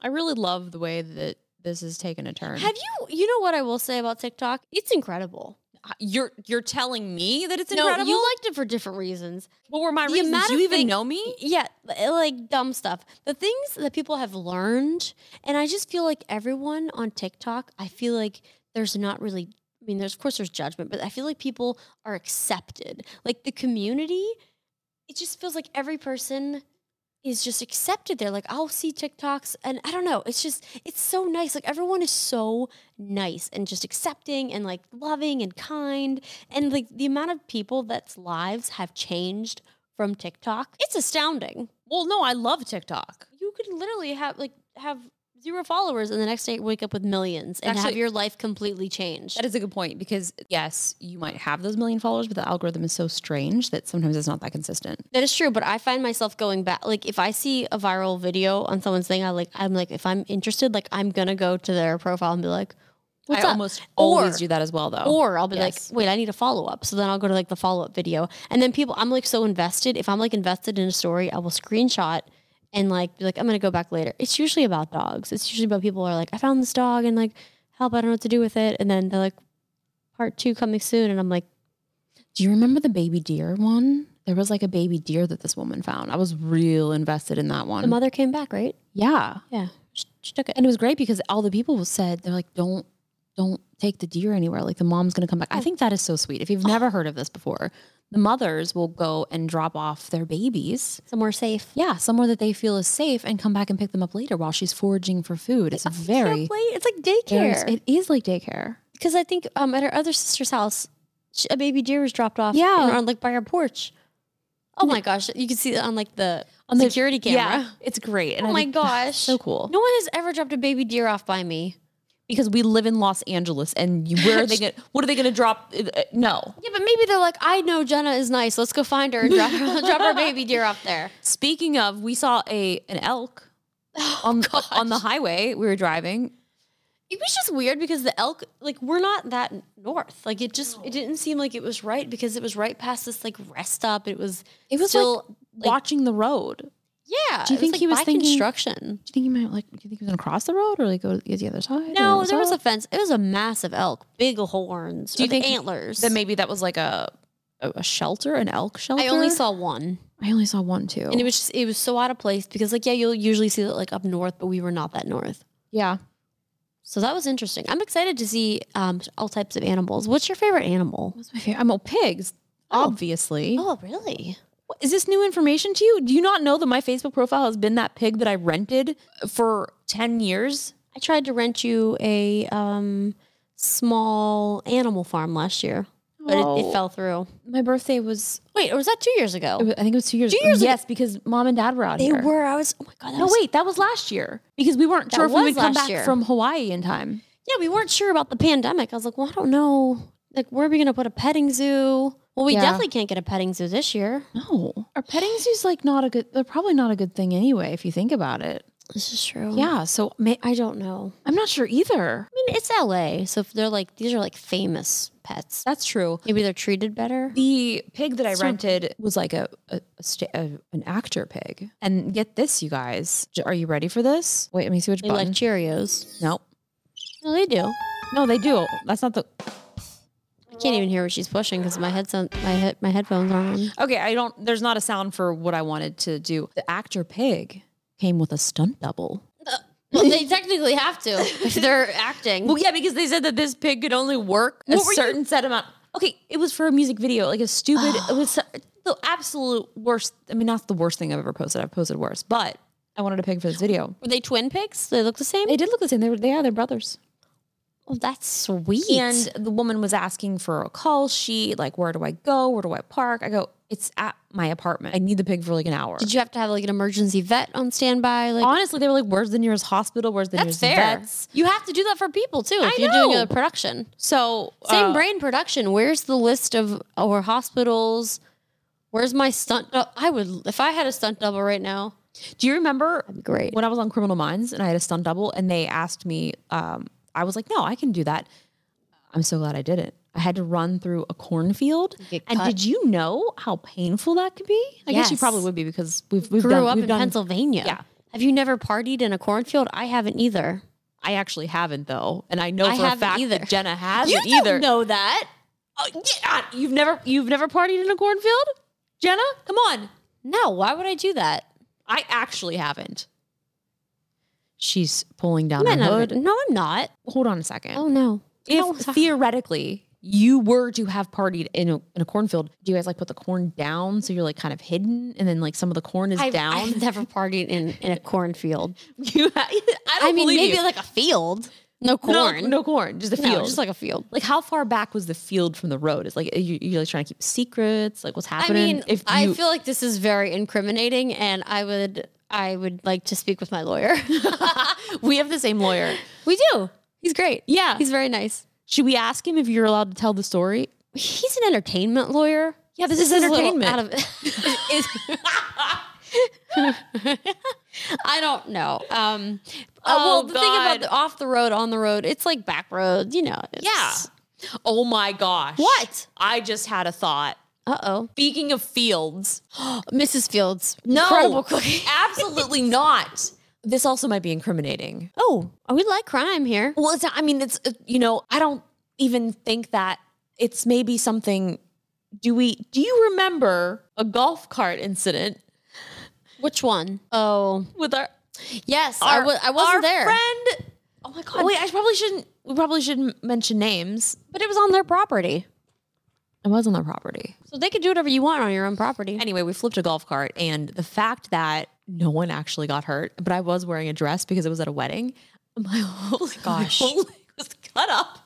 B: I really love the way that this has taken a turn.
A: Have you? You know what I will say about TikTok? It's incredible.
B: uh, you're you're telling me that it's
A: no,
B: incredible?
A: you liked it for different reasons.
B: what were my
A: the
B: reasons?
A: amount
B: Do you
A: of
B: even
A: thing-
B: know me?
A: Yeah, eh, like dumb stuff. The things that people have learned, and I just feel like everyone on TikTok, I feel like there's not really I mean, there's of course there's judgment, but I feel like people are accepted. Like the community, it just feels like every person is just accepted there. Like I'll see TikToks and I don't know. It's just it's so nice. Like everyone is so nice and just accepting and like loving and kind. And like the amount of people that's lives have changed from TikTok, it's astounding.
B: Well, no, I love TikTok.
A: You could literally have like have zero followers and the next day wake up with millions and have
B: Actually-
A: your life completely changed.
B: That is a good point because yes, you might have those million followers, but the algorithm is so strange that sometimes it's not that consistent.
A: That is true, but I find myself going back. Like if I see a viral video on someone's thing, I like I'm like if I'm interested, like I'm gonna go to their profile and be like, "What's
B: I
A: up?"
B: almost
A: Or-
B: always do that as well, though.
A: Or I'll be
B: Yes.
A: like, "Wait, I need a follow up." So then I'll go to like the follow up video, and then people, I'm like so invested. If I'm like invested in a story, I will screenshot and like be like, "I'm gonna go back later." It's usually about dogs. It's usually about people who are like, "I found this dog," and like, "Help! I don't know what to do with it." And then they're like, "Part two coming soon," and I'm like,
B: do you remember the baby deer one? There was like a baby deer that this woman found. I was real invested in that
A: "The
B: <clears throat> one.
A: mother came back, right?"
B: Yeah,
A: Yeah, she, she took it.
B: and it was great because all the people said they're like, don't, don't take the deer anywhere. Like the mom's gonna come back.
A: Oh.
B: I think that is so sweet. If you've never heard of this before, the mothers will go and drop off their babies.
A: somewhere safe.
B: Yeah, somewhere that they feel is safe, and come back and pick them up later while she's foraging for food. It's very
A: Can't wait. It's like
B: Very-
A: daycare.
B: It is like daycare.
A: because I think um, at her other sister's house, sh a baby deer was dropped off.
B: Yeah.
A: and on, like by her porch. Oh my gosh, you can see that on like the
B: On the-
A: security camera.
B: it's great. And
A: Oh
B: I
A: my
B: think- ah,
A: gosh,
B: so cool.
A: No one has ever dropped a baby deer off by me.
B: Because we live in Los Angeles, and you, where are they going? What are they going to drop? Uh, uh, No.
A: Yeah, but maybe they're like, I know Jenna is nice. Let's go find her <laughs> and drop, drop our baby deer off
B: <laughs>
A: there.
B: Speaking of, we saw a an elk
A: <laughs>
B: on
A: Oh
B: uh, on the highway. We were driving.
A: It was just weird because the elk, like, we're not that north. Like, it just, it didn't seem like it was right because it was right past this like rest stop. It was,
B: It was
A: still,
B: like, watching the road. Do
A: yeah.
B: Do you
A: it
B: think
A: like,
B: he was
A: by
B: thinking-
A: construction?
B: you think he might like? Do you think he was going to cross the road or like go to the other side?
A: No, there was a fence. It was a massive elk, big horns.
B: Do you
A: or the
B: think
A: antlers?
B: Then maybe that was like a a, a shelter, an elk shelter.
A: I only saw one,
B: I only saw one too.
A: and it was just, it was so out of place because like yeah, you'll usually see that like up north, but we were not that north.
B: yeah.
A: So that was interesting. I'm excited to see um, all types of animals. What's your favorite animal?
B: What's my favorite? I'm all pigs. Obviously.
A: Oh, really?
B: What- Is this new information to you? Do you not know that my Facebook profile has been that pig that I rented for 10 years?
A: I tried to rent you a um, small animal farm last year, but it,
B: Oh.
A: it fell through.
B: My birthday was,
A: Wait, or was that two years ago?
B: it was- I think it was two years
A: Two years ago.
B: Yes, because mom and dad were out
A: they
B: here.
A: were. I was. Oh my god. That
B: No,
A: was,
B: wait, that was last year because we weren't sure if we
A: was
B: would come
A: last
B: back
A: year.
B: from Hawaii in time.
A: Yeah, we weren't sure about the pandemic. I was like, well, I don't know. Like, where are we going to put a petting zoo? Well, we
B: Yeah.
A: definitely can't get a petting zoo this year.
B: No. Our petting zoo's like not a good, they're probably not a good thing anyway, if you think about it.
A: This is true. Yeah.
B: Yeah. So may,
A: I don't know.
B: I'm not sure either.
A: I mean, it's LA. So if they're like, these are like famous pets.
B: That's true.
A: Maybe they're treated better.
B: The pig that I
A: So-
B: rented was like a, a, a, sta- a an actor pig. And get this, you guys. J- Are you ready for this? Wait, let me see which
A: They
B: button.
A: like Cheerios.
B: no,
A: No, they do.
B: no, they do. That's not the.
A: I can't even hear what she's pushing because my headset, my head, my headphones aren't on.
B: Okay, I don't. There's not a sound for what I wanted to do. The actor pig came with a stunt double.
A: <laughs> Well, they technically have to if they're acting.
B: Well, yeah, because they said that this pig could only work
A: What were
B: a
A: you-
B: certain set amount. Okay, it was for a music video, like a stupid. it was <sighs> the absolute worst. I mean, not the worst thing I've ever posted. I've posted worse, but I wanted a pig for this video.
A: Were they twin pigs? They look the same?
B: They did look the same. They were. They are. They're brothers.
A: oh, that's sweet.
B: and the woman was asking for a call sheet like where do i go where do i park i go it's at my apartment i need the pig for like an hour
A: did you have to have like an emergency vet on standby? Like,
B: honestly they were like where's the nearest hospital where's the
A: That's
B: nearest
A: fair.
B: vets
A: You have to do that for people too. If
B: I
A: you're doing
B: know.
A: a production,
B: so
A: same
B: uh,
A: brain production. Where's the list of our hospitals? Where's my stunt? dou- I would if I had a stunt double right now.
B: do you remember
A: Great.
B: when i was on criminal minds and i had a stunt double and they asked me um, i was like no i can do that i'm so glad i didn't i had to run through a cornfield
A: get
B: and
A: cut.
B: did you know how painful that could be i guess you
A: Yes.
B: probably would be because we've, we've
A: Grew
B: done,
A: up
B: we've
A: in
B: done
A: Pennsylvania.
B: Yeah.
A: Have you never partied in a cornfield? I haven't either.
B: I actually haven't though, and I know
A: I
B: for a
A: haven't
B: fact
A: either.
B: that Jenna hasn't
A: You don't
B: either.
A: know that?
B: Oh, yeah, you've never you've never partied in a cornfield, Jenna? Come on,
A: No. Why would I do that?
B: I actually haven't. She's pulling down
A: I'm
B: her
A: not-
B: hood.
A: no, I'm not.
B: Hold on a second.
A: Oh no. I don't
B: if
A: wanna-
B: theoretically you were to have partied in a, in a cornfield, do you guys like put the corn down so you're like kind of hidden and then like some of the corn is
A: I've,
B: down?
A: I've never partied in, in a cornfield.
B: <laughs> you, <laughs> I, don't
A: I mean,
B: believe
A: maybe
B: you.
A: like a field. No corn.
B: No, no corn, just the
A: No,
B: field.
A: just like a field.
B: like how far back was the field from the road? Is like you, you're like trying to keep secrets, like what's
A: I
B: happening?
A: mean,
B: if
A: I
B: you-
A: feel like this is very incriminating, and I would I would like to speak with my lawyer. <laughs>
B: we have the same lawyer.
A: we do. He's great.
B: Yeah.
A: he's very nice.
B: Should we ask him if you're allowed to tell the story?
A: He's an entertainment lawyer.
B: Yeah, this,
A: This
B: is
A: a little
B: entertainment.
A: out of- <laughs> I don't know. Um, uh, well,
B: Oh,
A: the thing about
B: God.
A: the off the road, on the road, it's like back roads, you know. it's-
B: yeah. Oh my gosh.
A: What?
B: I just had a thought.
A: Uh <gasps> oh.
B: Speaking of fields,
A: Mrs. Fields.
B: no, <laughs>
A: Incredible cooking.
B: absolutely not. This also might be incriminating.
A: Oh, we like crime here.
B: Well, it's not, I mean, it's uh, you know, I don't even think that it's maybe something. Do we? Do you remember a golf cart incident
A: Which one? Oh,
B: with our?
A: yes. I
B: our
A: wa- I wasn't
B: our
A: there.
B: Friend. Oh my god. Wait, I probably shouldn't. We probably shouldn't mention names.
A: But it was on their property.
B: It was on their property.
A: So they could do whatever you want on your own property.
B: Anyway, we flipped a golf cart, and the fact that no one actually got hurt, but I was wearing a dress because it was at a wedding.
A: <laughs>
B: My whole
A: Gosh.
B: <laughs> my whole leg was cut up.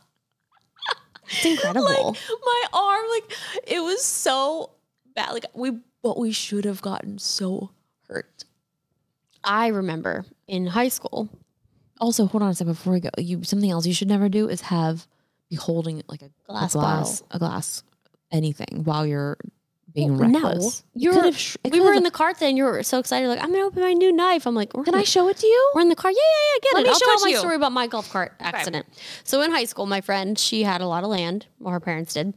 A: it's incredible.
B: Like my arm, like it was so bad. Like we, but we should have gotten so hurt.
A: I remember in high school.
B: Also, hold on a second before we go. You something else you should never do is have be holding like a
A: Glass
B: a glass, a glass, anything while you're being
A: Well, no.
B: reckless.
A: You're-
B: could have sh- it
A: We
B: could
A: were
B: have-
A: in the cart then. You were so excited, like I'm gonna open my new knife. I'm like, we're
B: Can
A: gonna
B: I show it to you?
A: We're in the car. Yeah, yeah, yeah. Get
B: Let
A: it.
B: me
A: I'll
B: show
A: tell
B: it to
A: my
B: you.
A: story about my golf cart accident. So in high school, my friend, she had a lot of land, or her parents did.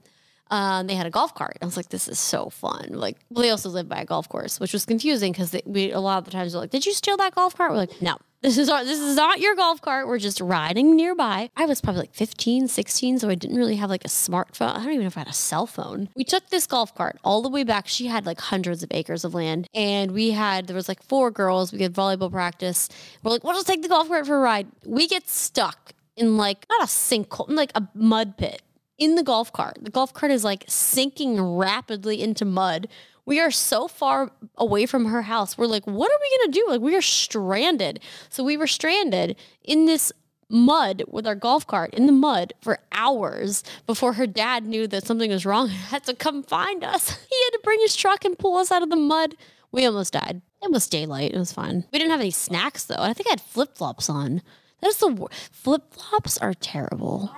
A: Um, they had a golf cart. I was like, this is so fun. Like, well, they also lived by a golf course, which was confusing because we a lot of the times were like, did you steal that golf cart? We're like, no. This is our, this is not your golf cart. We're just riding nearby. I was probably like 15, 16, so I didn't really have like a smartphone. I don't even know if I had a cell phone. We took this golf cart all the way back. She had like hundreds of acres of land, and we had there was like four girls. We had volleyball practice. We're like, we'll just take the golf cart for a ride. We get stuck in like not a sinkhole, in like a mud pit in the golf cart. The golf cart is like sinking rapidly into mud. We are so far away from her house. We're like, what are we gonna do? Like, we are stranded. So we were stranded in this mud with our golf cart in the mud for hours before her dad knew that something was wrong <laughs> and had to come find us. <laughs> He had to bring his truck and pull us out of the mud. We almost died. It was daylight. It was fine. We didn't have any snacks though. And I think I had flip flops on. That is the wor- flip flops are terrible.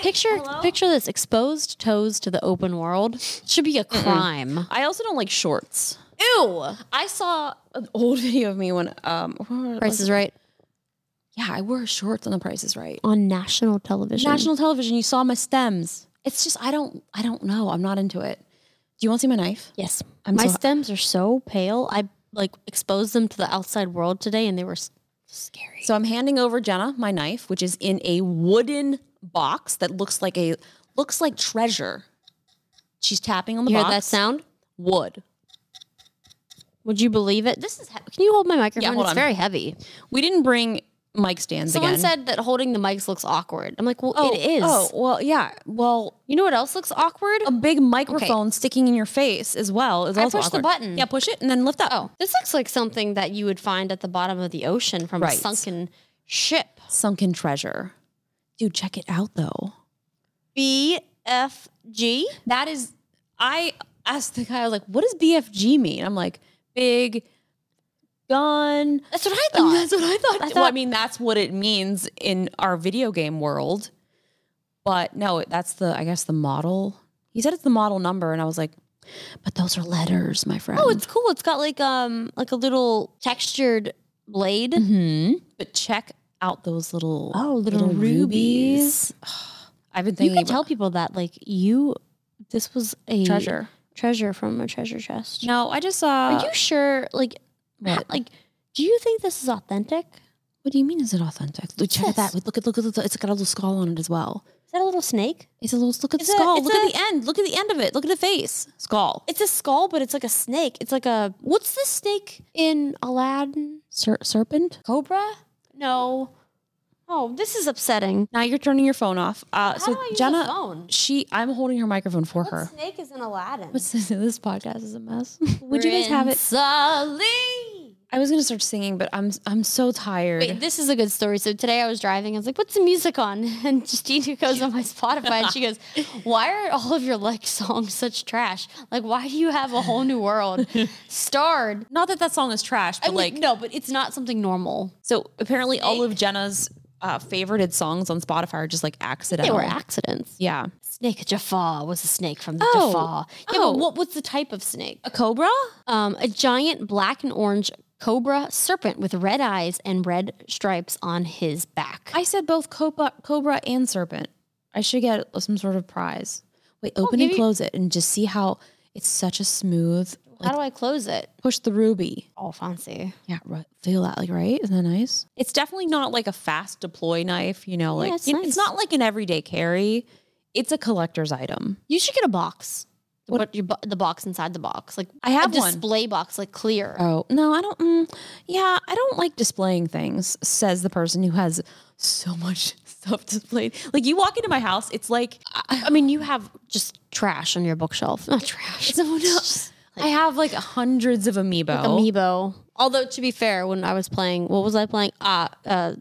A: Picture picture this exposed toes to the open world should be a crime.
B: I also don't like shorts.
A: Ew.
B: I saw an old <laughs> video of me when um where-
A: Price is right
B: yeah, I wore shorts on the Price is Right.
A: on national television.
B: National television, you saw my stems. It's just I don't I don't know. I'm not into it. Do you want to see my knife?
A: Yes.
B: I'm
A: My
B: so-
A: stems are so pale. I like exposed them to the outside world today and they were s- scary.
B: So I'm handing over Jenna my knife, which is in a wooden box that looks like a looks like treasure. She's tapping on the
A: You hear
B: box.
A: that sound?
B: Wood.
A: Would you believe it? This is he- Can you hold my microphone?
B: hold
A: it's
B: on.
A: very heavy.
B: We didn't bring mic stands
A: Someone
B: again.
A: said that holding the mics looks awkward. I'm like, "Well,
B: oh,
A: it is."
B: Oh, well, yeah. Well,
A: You know what else looks awkward?
B: a big microphone sticking in your face as well is also
A: pushed the
B: awkward.
A: button.
B: Yeah, push it and then lift up.
A: Oh, this looks like something that you would find at the bottom of the ocean from a
B: Right.
A: sunken ship.
B: Sunken treasure. Dude, check it out though.
A: BFG?
B: That is, I asked the guy, I was like, what does BFG mean? I'm like, big gun.
A: Oh, That's what I
B: And
A: thought.
B: that's what I thought.
A: I
B: well, I
A: thought-
B: mean, that's what it means in our video game world. But no, that's the, I guess, the model. He said it's the model number. And I was like, but those are letters, my friend.
A: Oh, it's cool. It's got like um like a little textured blade.
B: hmm <laughs> But check out those little,
A: Mm-hmm. Oh, little rubies.
B: I've been
A: You
B: thinking
A: can
B: about
A: tell people that like you this was a
B: treasure.
A: treasure from a treasure chest.
B: No, I just uh, saw.
A: Are you sure like ha- like do you think this is authentic?
B: What do you mean? Is it authentic? Look, check
A: Yes.
B: out that. Look at look at the, it's got a little skull on it as well.
A: Is that a little snake?
B: It's a little look at
A: It's
B: the
A: a-
B: skull.
A: it's
B: look
A: a-
B: at the end. Look at the end of it. Look at the face. Skull.
A: It's a skull, but it's like a snake. It's like a what's this snake in Aladdin?
B: Ser- serpent.
A: Cobra? No. Oh, this is upsetting.
B: Now you're turning your phone off. Uh,
A: How
B: so
A: do I use
B: Jenna,
A: a phone?
B: she, I'm holding her microphone for
A: What
B: her.
A: snake is in Aladdin?
B: What's <laughs> this? This podcast is a mess. <laughs> Would you guys have it?
A: Sully.
B: I was gonna start singing, but I'm I'm so tired.
A: Wait, this is a good story. So today I was driving. I was like, "What's the music on?" <laughs> And Justina goes on my Spotify and she goes, "Why are all of your like songs such trash? Like, why do you have a whole new <laughs> world starred?"
B: Not that that song is trash,
A: I
B: but
A: mean,
B: like
A: no, but it's not something normal.
B: so apparently all of Jenna's uh, favorited songs on Spotify are just like
A: They
B: accidental.
A: were accidents.
B: yeah,
A: Snake Jafar was a snake from the
B: Oh.
A: Jafar. Yeah,
B: Oh.
A: but what was the type of snake?
B: a cobra.
A: Um, a giant black and orange cobra serpent with red eyes and red stripes on his back.
B: I said both cobra, cobra and serpent. I should get some sort of prize. Wait, open and
A: maybe-
B: close it and just see how it's such a smooth.
A: How do I close it?
B: Push the ruby.
A: Oh, fancy.
B: Yeah, right. Feel that, like right? Isn't that nice? It's definitely not like a fast deploy knife. You know, like
A: it's
B: you-
A: nice.
B: it's not like an everyday carry. It's a collector's item.
A: You should get a box. What your bo- the box inside the box? Like
B: I have
A: a
B: one.
A: display box, like clear.
B: Oh, no, I don't. Mm, yeah, I don't like displaying things, says the person who has so much <laughs> stuff displayed. Like, you walk into my house, it's like,
A: I, I mean, you have just trash on your bookshelf. Not trash. <laughs>
B: no, no. I have like hundreds of amiibo.
A: Amiibo. Although to be fair, when I was playing, what was I playing? Ah, uh,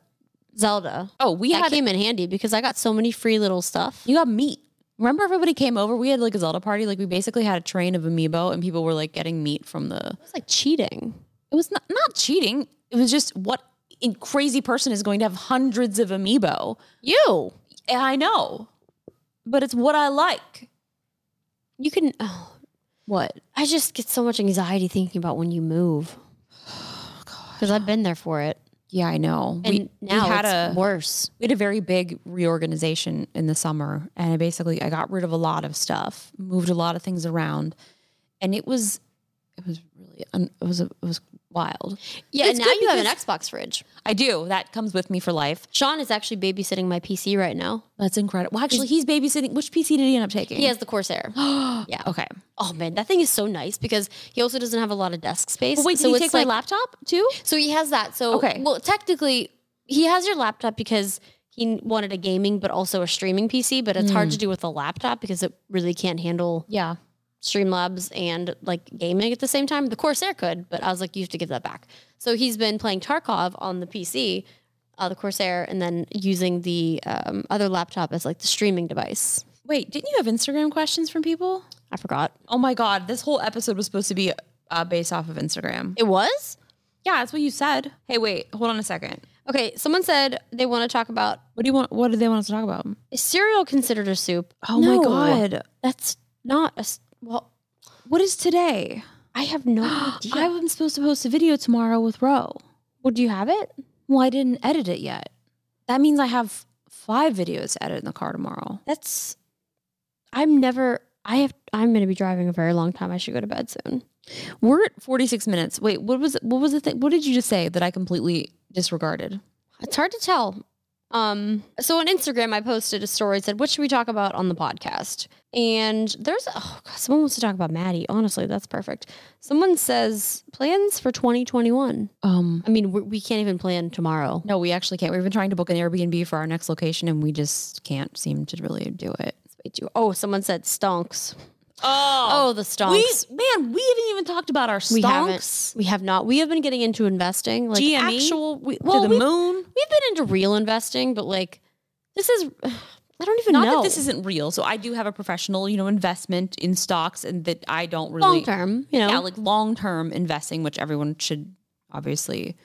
A: Zelda.
B: oh, we
A: That
B: had,
A: came in handy because I got so many free little stuff.
B: you got meat. Remember, everybody came over. We had like a Zelda party. Like, we basically had a train of amiibo, and people were like getting meat from the.
A: It's like cheating.
B: It was not, not cheating. It was just what in crazy person is going to have hundreds of amiibo.
A: You.
B: And I know, but it's what I like.
A: You can. Oh,
B: What?
A: I just get so much anxiety thinking about when you <sighs> move. Because I've been there for it,
B: Yeah, I know.
A: and now
B: we had
A: it's
B: a
A: worse.
B: we had a very big reorganization in the summer and I basically I got rid of a lot of stuff, moved a lot of things around and it was it was really un, it was a, it was wild.
A: Yeah,
B: It's
A: now
B: good
A: you have an Xbox fridge.
B: I do. That comes with me for life.
A: Sean is actually babysitting my PC right now.
B: That's incredible. Well, actually, he's babysitting. Which PC did he end up taking?
A: He
B: <gasps>
A: has the Corsair. yeah.
B: Okay.
A: Oh man, that thing is so nice because he also doesn't have a lot of desk space.
B: But wait, did
A: so
B: he
A: it's
B: take
A: like,
B: my laptop too?
A: So he has that. So
B: Okay.
A: well, technically, he has your laptop because he wanted a gaming, but also a streaming PC. But it's
B: Mm.
A: hard to do with a laptop because it really can't handle
B: Yeah.
A: Streamlabs and like gaming at the same time. The Corsair could, but I was like, you have to give that back. So he's been playing Tarkov on the PC, uh, the Corsair, and then using the um, other laptop as like the streaming device.
B: Wait, didn't you have Instagram questions from people?
A: I forgot.
B: Oh my god, this whole episode was supposed to be uh, based off of Instagram.
A: It was?
B: Yeah, that's what you said. Hey, wait, hold on a second.
A: Okay, someone said they want to talk about
B: What do you want? What do they want us to talk about?
A: is cereal considered a soup?
B: Oh
A: No,
B: my god,
A: that's not a s- well.
B: what is <gasps> today?
A: <gasps> I have no idea.
B: I'm supposed to post a video tomorrow with Ro.
A: well, do you have it?
B: Well, I didn't edit it yet. That means I have five videos to edit in the car tomorrow.
A: That's I'm never. I have. I'm going to be driving a very long time. I should go to bed soon.
B: We're at 46 minutes. Wait, what was what was the thing? What did you just say that I completely disregarded?
A: It's hard to tell. Um, so on Instagram, I posted a story that said, "What should we talk about on the podcast?" And there's oh, God, someone wants to talk about Maddie. Honestly, that's perfect. Someone says plans for 2021.
B: Um,
A: I mean, we, we can't even plan tomorrow.
B: no, we actually can't. We've been trying to book an Airbnb for our next location, and we just can't seem to really do it.
A: Wait, do- Oh, someone said stonks.
B: Oh,
A: Oh, the stonks.
B: man, we haven't even talked about our stonks. E?
A: We haven't. We have not. We have been getting into investing, like
B: GME?
A: actual. We, well,
B: to the
A: we've,
B: moon.
A: we've been into real investing, but like this is. <sighs> I don't even
B: Not
A: know.
B: that this isn't real. So I do have a professional, you know, investment in stocks, and that I don't really
A: long term. You know,
B: yeah, like long term investing, which everyone should obviously,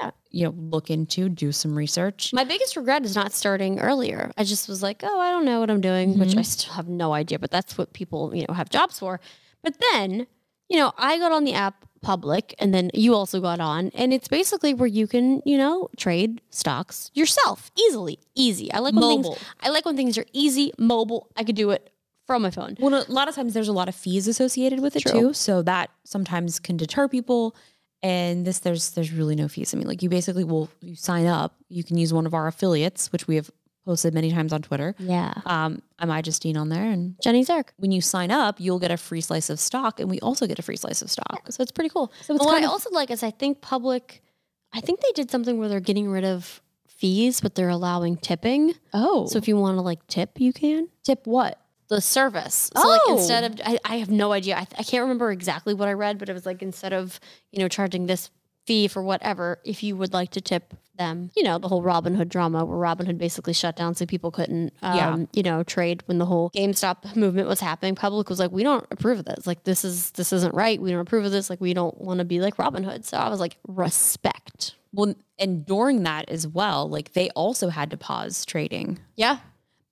A: Yeah.
B: you know, look into, do some research.
A: my biggest regret is not starting earlier. I just was like, oh, I don't know what I'm doing, which I still have no idea. But that's what people you know have jobs for. But then you know, I got on the app public, and then you also got on, and it's basically where you can you know trade stocks yourself easily, easy. I like when things
B: Mobile.
A: I like when things are easy, mobile. I could do it from my phone.
B: Well, a lot of times there's a lot of fees associated with it
A: True.
B: too, so that sometimes can deter people. And this, there's there's really no fees. I mean, like you basically will you sign up. You can use one of our affiliates, which we have posted many times on Twitter.
A: Yeah.
B: Um, I'm I Justine on there, and
A: Jenny Zark.
B: when you sign up, you'll get a free slice of stock, and we also get a free slice of stock.
A: So it's pretty cool.
B: So it's
A: what
B: kind
A: I
B: of-
A: also like is I think public, I think they did something where they're getting rid of fees, but they're allowing tipping.
B: Oh.
A: So if you want to like tip, you can.
B: tip what?
A: the service. So like
B: Oh.
A: instead of I, I have no idea. I, th- I can't remember exactly what I read, but it was like instead of, you know, charging this fee for whatever, if you would like to tip them, you know, the whole Robin Hood drama where Robin Hood basically shut down so people couldn't um,
B: Yeah.
A: you know, trade when the whole GameStop movement was happening. Public was like, We don't approve of this. Like this is this isn't right. We don't approve of this. Like we don't want to be like Robin Hood. So I was like, respect.
B: Well, and during that as well, like they also had to pause trading,
A: Yeah.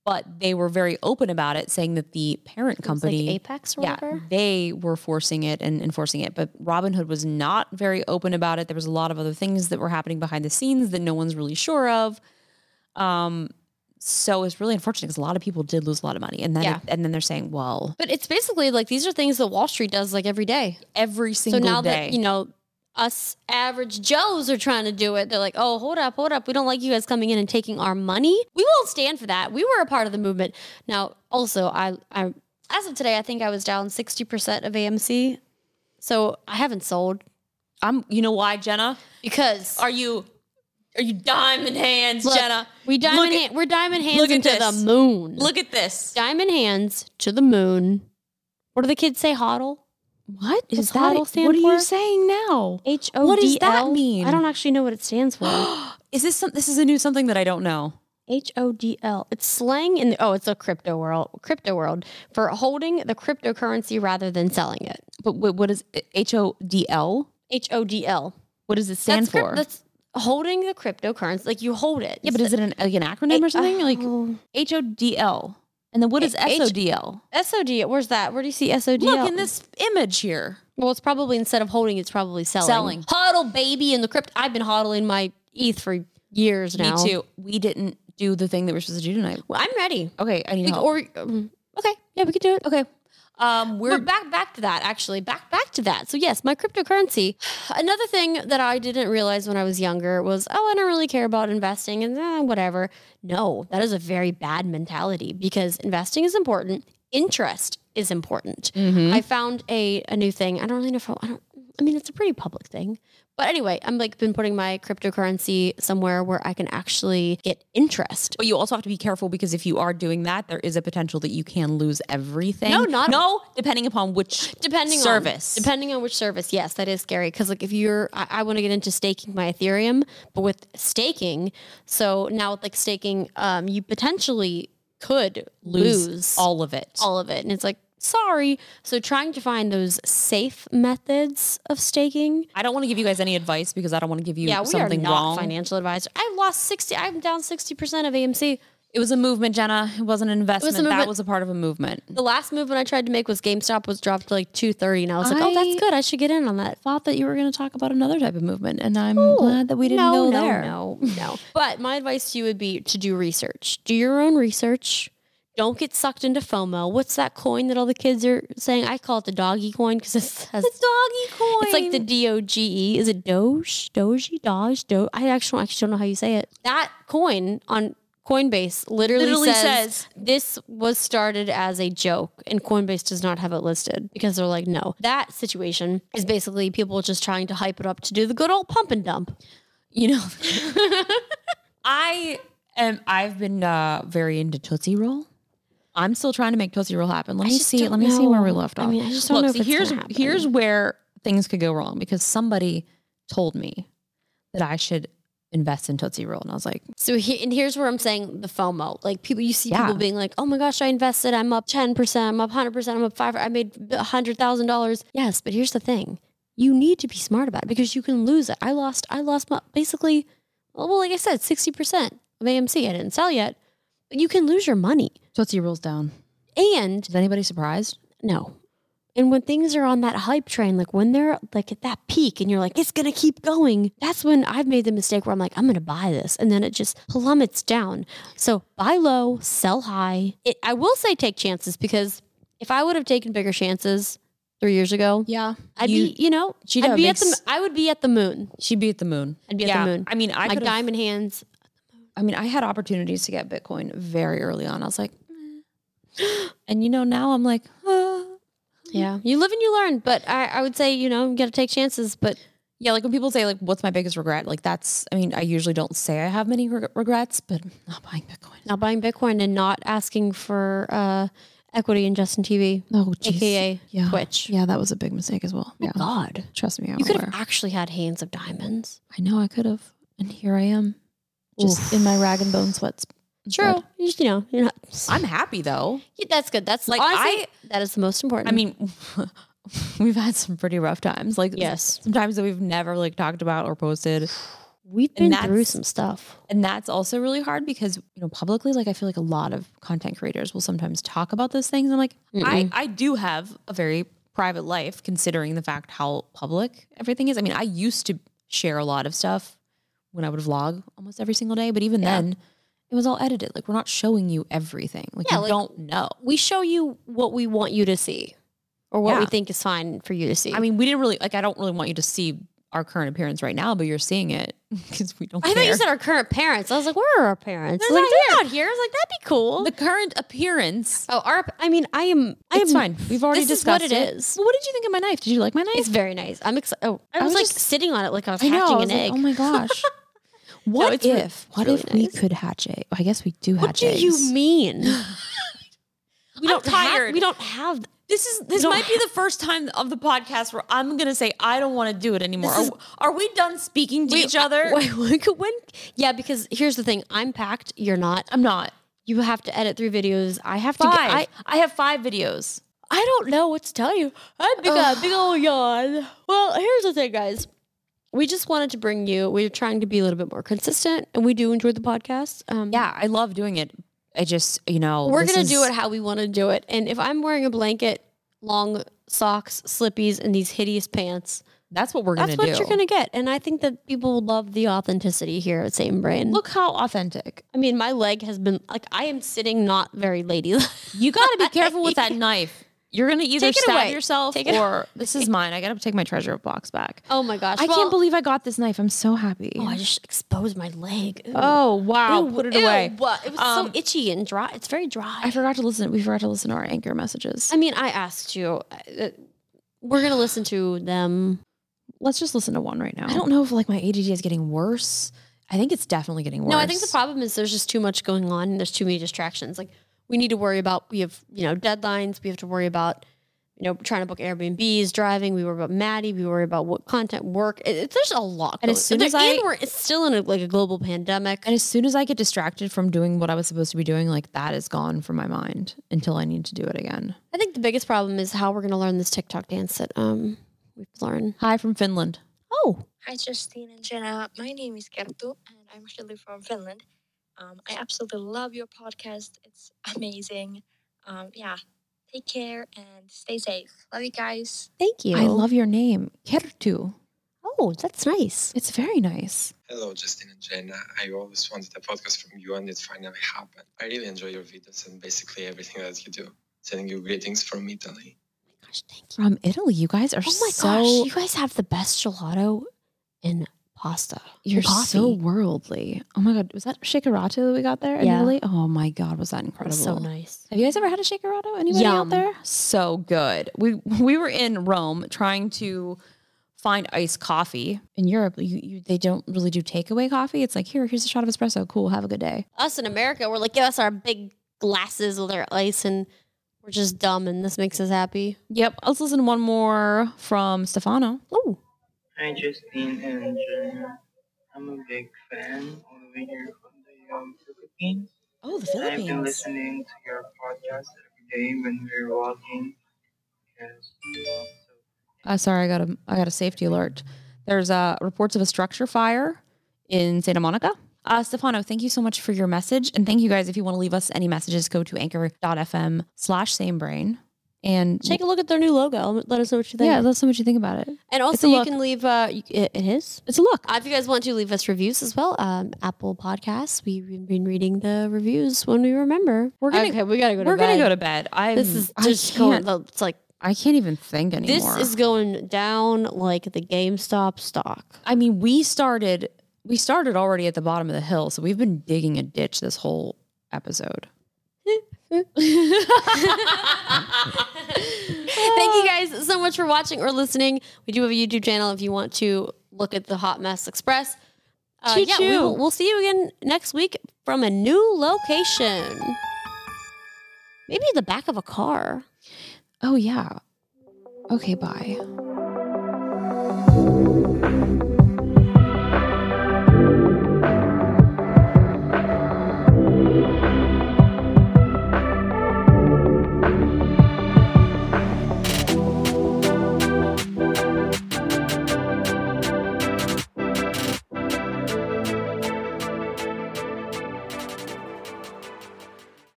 B: but they were very open about it, saying that the parent
A: Like
B: company,
A: Apex or
B: yeah,
A: whatever.
B: they were forcing it and enforcing it. But Robinhood was not very open about it. There was a lot of other things that were happening behind the scenes that no one's really sure of. Um, so it's really unfortunate because a lot of people did lose a lot of money, and then
A: Yeah.
B: and then they're saying, well,
A: But it's basically like these are things that Wall Street does like every day.
B: every
A: So
B: single
A: now
B: day,
A: that you know us average Joes are trying to do it, they're like, "Oh, hold up, hold up! We don't like you guys coming in and taking our money. We won't stand for that. We were a part of the movement." Now, also, I, I as of today, I think I was down sixty percent of AMC, so I haven't sold
B: I'm, you know why, Jenna?
A: because
B: Are you, are you diamond hands,
A: Look,
B: Jenna?
A: we diamond
B: look at-
A: hand, we're diamond hands
B: look at
A: into the
B: this.
A: moon.
B: Look at this.
A: diamond hands to the moon. What do the kids say? Hodl.
B: What
A: Does HODL stand
B: What are
A: for?
B: you saying now?
A: H O D L.
B: What does that mean?
A: I don't actually know what it stands
B: <gasps>
A: for. <gasps>
B: Is this some, this is a new something that I don't know?
A: H O D L. It's slang in the oh, it's a crypto world. Crypto world for holding the cryptocurrency rather than selling it.
B: But wh- what is H O D L?
A: H O D L.
B: What does it stand
A: that's cryp-
B: for?
A: that's holding the cryptocurrency. Like you hold it.
B: yeah, but is it an, like an acronym or something? Like
A: oh.
B: H O D L. And then what is
A: H-
B: S O D L?
A: S O D. Where's that? Where do you see S O D?
B: Look in this image here.
A: Well, it's probably instead of holding, it's probably selling.
B: Selling.
A: Hodl, baby, in the crypto. I've been hodling my ETH for years now.
B: Me too. We didn't do the thing that we're supposed to do tonight.
A: Well, I'm ready.
B: Okay, I need
A: We-
B: help.
A: or um, okay, yeah, we could do it.
B: okay, um, we're
A: But back back to that actually. Back back to that. So yes, my cryptocurrency. Another thing that I didn't realize when I was younger was, oh, I don't really care about investing and eh, whatever. No, that is a very bad mentality because investing is important. Interest is important.
B: Mm-hmm.
A: I found a, a new thing. I don't really know if I, I don't I mean it's a pretty public thing. But anyway, I'm like been putting my cryptocurrency somewhere where I can actually get interest.
B: But you also have to be careful because if you are doing that, there is a potential that you can lose everything.
A: No, not-
B: no, depending upon which
A: depending
B: service.
A: on, depending on which service yes that is scary because like if you're i, I want to get into staking my ethereum but with staking so now with like staking um you potentially could lose, all,
B: all of it.
A: all of it and it's like sorry so trying to find those safe methods of staking
B: I don't want to give you guys any advice because I don't want to give you
A: yeah we
B: something
A: are not
B: wrong.
A: financial advisor i lost 60 i'm down 60% of amc
B: It was a movement, Jenna. It wasn't an investment. That
A: movement.
B: was a part of a movement.
A: the last movement I tried to make was GameStop was dropped to like 230 and I was like, oh,
B: I-
A: that's good. I should get in on that.
B: Thought that you were going to talk about another type of movement, and I'm glad that we didn't
A: no,
B: go
A: no,
B: there. <laughs>
A: No, no. But my advice to you would be to do research. Do your own research. Don't get sucked into FOMO. What's that coin that all the kids are saying? I call it the doggy coin because it's has,
B: Doggy coin.
A: it's like the D O G E. Is it Doge? Doge? Doge? Doge? I actually, actually don't know how you say it. That coin on Coinbase literally,
B: Literally
A: says,
B: says-
A: this was started as a joke, and Coinbase does not have it listed because they're like, no. That situation is basically people just trying to hype it up to do the good old pump and dump.
B: you know. I am. I've been uh, very into Tootsie Roll. I'm still trying to make Tootsie Roll happen. Let me
A: just
B: see.
A: don't
B: Let me see where we
A: know.
B: left
A: I
B: off.
A: mean, I just don't
B: Look,
A: know if
B: see,
A: it's
B: here's
A: gonna happen.
B: here's where things could go wrong because somebody told me that I should invest in Tootsie Roll, and I was like,
A: So he, and here's where I'm saying the FOMO. Like people, you see
B: Yeah.
A: people being like, "Oh my gosh, I invested. I'm up ten percent. I'm up hundred percent. I'm up five. I made hundred thousand dollars." Yes, but here's the thing: you need to be smart about it because you can lose it. I lost. I lost my basically. Well, like I said, sixty percent of AMC. I didn't sell yet, but you can lose your money.
B: Tootsie Roll's down.
A: And
B: Is anybody surprised?
A: no. And when things are on that hype train, like when they're like at that peak and you're like, it's going to keep going, that's when I've made the mistake where I'm like, I'm going to buy this. And then it just plummets down. So buy low, sell high. It, I will say take chances because if I would have taken bigger chances three years ago,
B: Yeah,
A: I'd
B: you,
A: be, you know,
B: She
A: I'd be at
B: makes-
A: the, I would be at the moon.
B: She'd be at the moon.
A: I'd be at the moon.
B: I mean, I
A: like
B: could.
A: diamond hands.
B: I mean, I had opportunities to get Bitcoin very early on. I was like, <gasps> eh. and you know, now I'm like, ah.
A: Yeah. You live and you learn. But I, I would say, you know, you got to take chances, but
B: Yeah, like when people say like, "What's my biggest regret?" Like that's, I mean, I usually don't say I have many reg- regrets, but not buying Bitcoin.
A: Not buying Bitcoin and not asking for uh, equity in Justin TV,
B: Oh,
A: aka
B: yeah.
A: Twitch.
B: Yeah, that was a big mistake as well. Yeah,
A: God,
B: trust me, I'm
A: you could
B: aware.
A: have actually had hands of diamonds.
B: I know I could have, and here I am, just in my rag and bone sweats.
A: True,
B: instead.
A: you, just- you know, you're not.
B: I'm happy though.
A: Yeah, that's good. That's
B: Like,
A: like honestly, that is the most important.
B: I mean, <laughs> we've had some pretty rough times. Like
A: Yes.
B: sometimes that we've never like talked about or posted.
A: we've
B: and
A: been through
B: that's-
A: some stuff.
B: And that's also really hard because, you know, publicly, like I feel like a lot of content creators will sometimes talk about those things. I'm like, I, I do have a very private life considering the fact how public everything is. I mean, I used to share a lot of stuff when I would vlog almost every single day, but even
A: Yeah.
B: then it was all edited. Like we're not showing you everything. Like
A: Yeah,
B: you
A: like-
B: don't know.
A: We show you what we want you to see, or what we
B: Yeah.
A: think is fine for you to see.
B: I mean, we didn't really like I don't really want you to see our current appearance right now, but you're seeing it <laughs> because we don't
A: I thought you
B: care.
A: said our current parents. I was like, where are our parents?
B: They're
A: like,
B: not
A: they're not here. I was like, that'd be cool.
B: the current appearance.
A: oh, our. I mean, I am. I
B: It's
A: am,
B: fine. We've already
A: this
B: discussed
A: is what it is.
B: Well, what did you think of my knife? Did you like my knife?
A: It's very nice. I'm excited. Oh, I,
B: I
A: was,
B: was
A: like
B: just-
A: sitting on it like I was
B: I
A: hatching
B: know. I was
A: an
B: like,
A: egg.
B: oh my <laughs> gosh. what
A: it's re-
B: if? What
A: really
B: if we
A: nice.
B: could hatch egg? I guess we do
A: what
B: hatch
A: do you
B: eggs.
A: mean? <laughs> we
B: I'm
A: don't have-
B: tired.
A: we don't have.
B: This is this
A: don't
B: might be the first time of the podcast where I'm gonna say I don't want to do it anymore.
A: This is-
B: are, are we done speaking to
A: we- <laughs>
B: each <laughs> other?
A: Wait, when- when? Yeah, because here's the thing. I'm packed. You're not.
B: I'm not.
A: You have to edit three videos. I have to. Get,
B: Five.
A: I,
B: I, have five videos.
A: I don't know what to tell you. I big
B: Ugh.
A: a big old yawn. Well, here's the thing, guys. We just wanted to bring you. We're trying to be a little bit more consistent, and we do enjoy the podcast. Um,
B: Yeah, I love doing it. I just you know
A: we're
B: this
A: gonna
B: is-
A: do it how we want to do it. And if I'm wearing a blanket, long socks, slippies, and these hideous pants,
B: That's what we're gonna
A: that's
B: do.
A: what you're gonna get. And I think that people will love the authenticity here at Same Brain.
B: look how authentic.
A: I mean, my leg has been like I am sitting not very <laughs> ladylike.
B: You got to be careful with <laughs> that knife. You're gonna either
A: Take it
B: stab
A: away.
B: yourself
A: Take it
B: or this is mine. I gotta take my treasure box back.
A: Oh my gosh!
B: I
A: Well-
B: can't believe I got this knife. I'm so happy.
A: Oh, I just exposed my leg. Ew.
B: Oh wow!
A: Ew,
B: Put it
A: ew,
B: away.
A: what? It was
B: Um,
A: so itchy and dry. It's very dry.
B: I forgot to listen. We forgot to listen to our anchor messages.
A: I mean, I asked you. uh, We're gonna listen to them.
B: Let's just listen to one right now. I don't know if like my ADD is getting worse. I think it's definitely getting worse.
A: No, I think the problem is there's just too much going on and there's too many distractions. Like we need to worry about we have you know deadlines. We have to worry about you know trying to book Airbnbs, driving. We worry about Maddie. We worry about what content work. It, it- there's a lot.
B: And as
A: going-
B: soon as
A: there- and
B: I-
A: we're it's still in a, like a global pandemic.
B: And as soon as I get distracted from doing what I was supposed to be doing, like that is gone from my mind until I need to do it again.
A: I think the biggest problem is how we're gonna learn this TikTok dance that um we've learned.
B: Hi from Finland. Oh,
C: Hi, Justine and Jenna. My name is Kertu, and I'm actually from Finland. Um, I absolutely love your podcast. It's <laughs> amazing. Um, yeah, take care and stay safe. Love you guys.
A: Thank you.
B: I love your name, Kertu.
A: Oh, that's nice.
B: It's very nice.
D: Hello, Justin and Jenna. I always wanted a podcast from you, and it finally happened. I really enjoy your videos and basically everything that you do. Sending you greetings from Italy.
A: Oh Gosh, thank you.
B: From Italy, you guys are
A: Oh my
B: so
A: gosh, you guys have the best gelato and pasta.
B: you're
A: coffee.
B: so worldly. Oh my god, was that shikarato that we got there in
A: Yeah.
B: Italy? Oh my god, was that incredible?
A: So nice.
B: Have you guys ever had a shakerato? Anybody out
A: Yum.
B: there? So good. We we were in Rome trying to find iced coffee. In Europe, you, you they don't really do takeaway coffee. It's like here, here's a shot of espresso. Cool, have a good day.
A: Us in America, we're like, give us our big glasses with our ice, and we're just dumb, and this makes us happy.
B: Yep. Let's listen to one more from Stefano.
A: Oh,
E: Hi, Justine and Jenna. I'm a big fan over here from the um, Philippines.
B: Oh, the
E: I've been listening to your podcast every day when we're walking. Because, um, so
B: Uh, sorry, I got a I got a safety alert. There's uh, reports of a structure fire in Santa Monica. Uh, Stefano, thank you so much for your message. And thank you guys. If you want to leave us any messages, go to anchor.fm slash same brain. And
A: take a look at their new logo. Let us know what you think.
B: yeah, let us know what you think about it.
A: and
B: it's a
A: also you
B: look.
A: can leave. Uh, you, it, it is.
B: It's a look.
A: Uh, if you guys want to leave us reviews as well, um, Apple Podcasts. We've been reading the reviews when we remember.
B: We're gonna-
A: okay. We gotta go. To
B: We're
A: bed.
B: gonna go to bed. I
A: This is
B: I
A: just going.
B: can't,
A: It's like
B: I can't even think
A: This
B: anymore.
A: is going down like the GameStop
B: <laughs>
A: stock.
B: I mean, we started we started already at the bottom of the hill, so we've been digging a ditch this whole episode.
A: Thank you guys so much for watching or listening. We do have a YouTube channel if you want to look at the Hot Mess Express. Uh,
B: Choo
A: yeah, we
B: choo.
A: will, we'll see you again next week from a new location. Maybe the back of a car.
B: Oh, yeah. Okay, bye.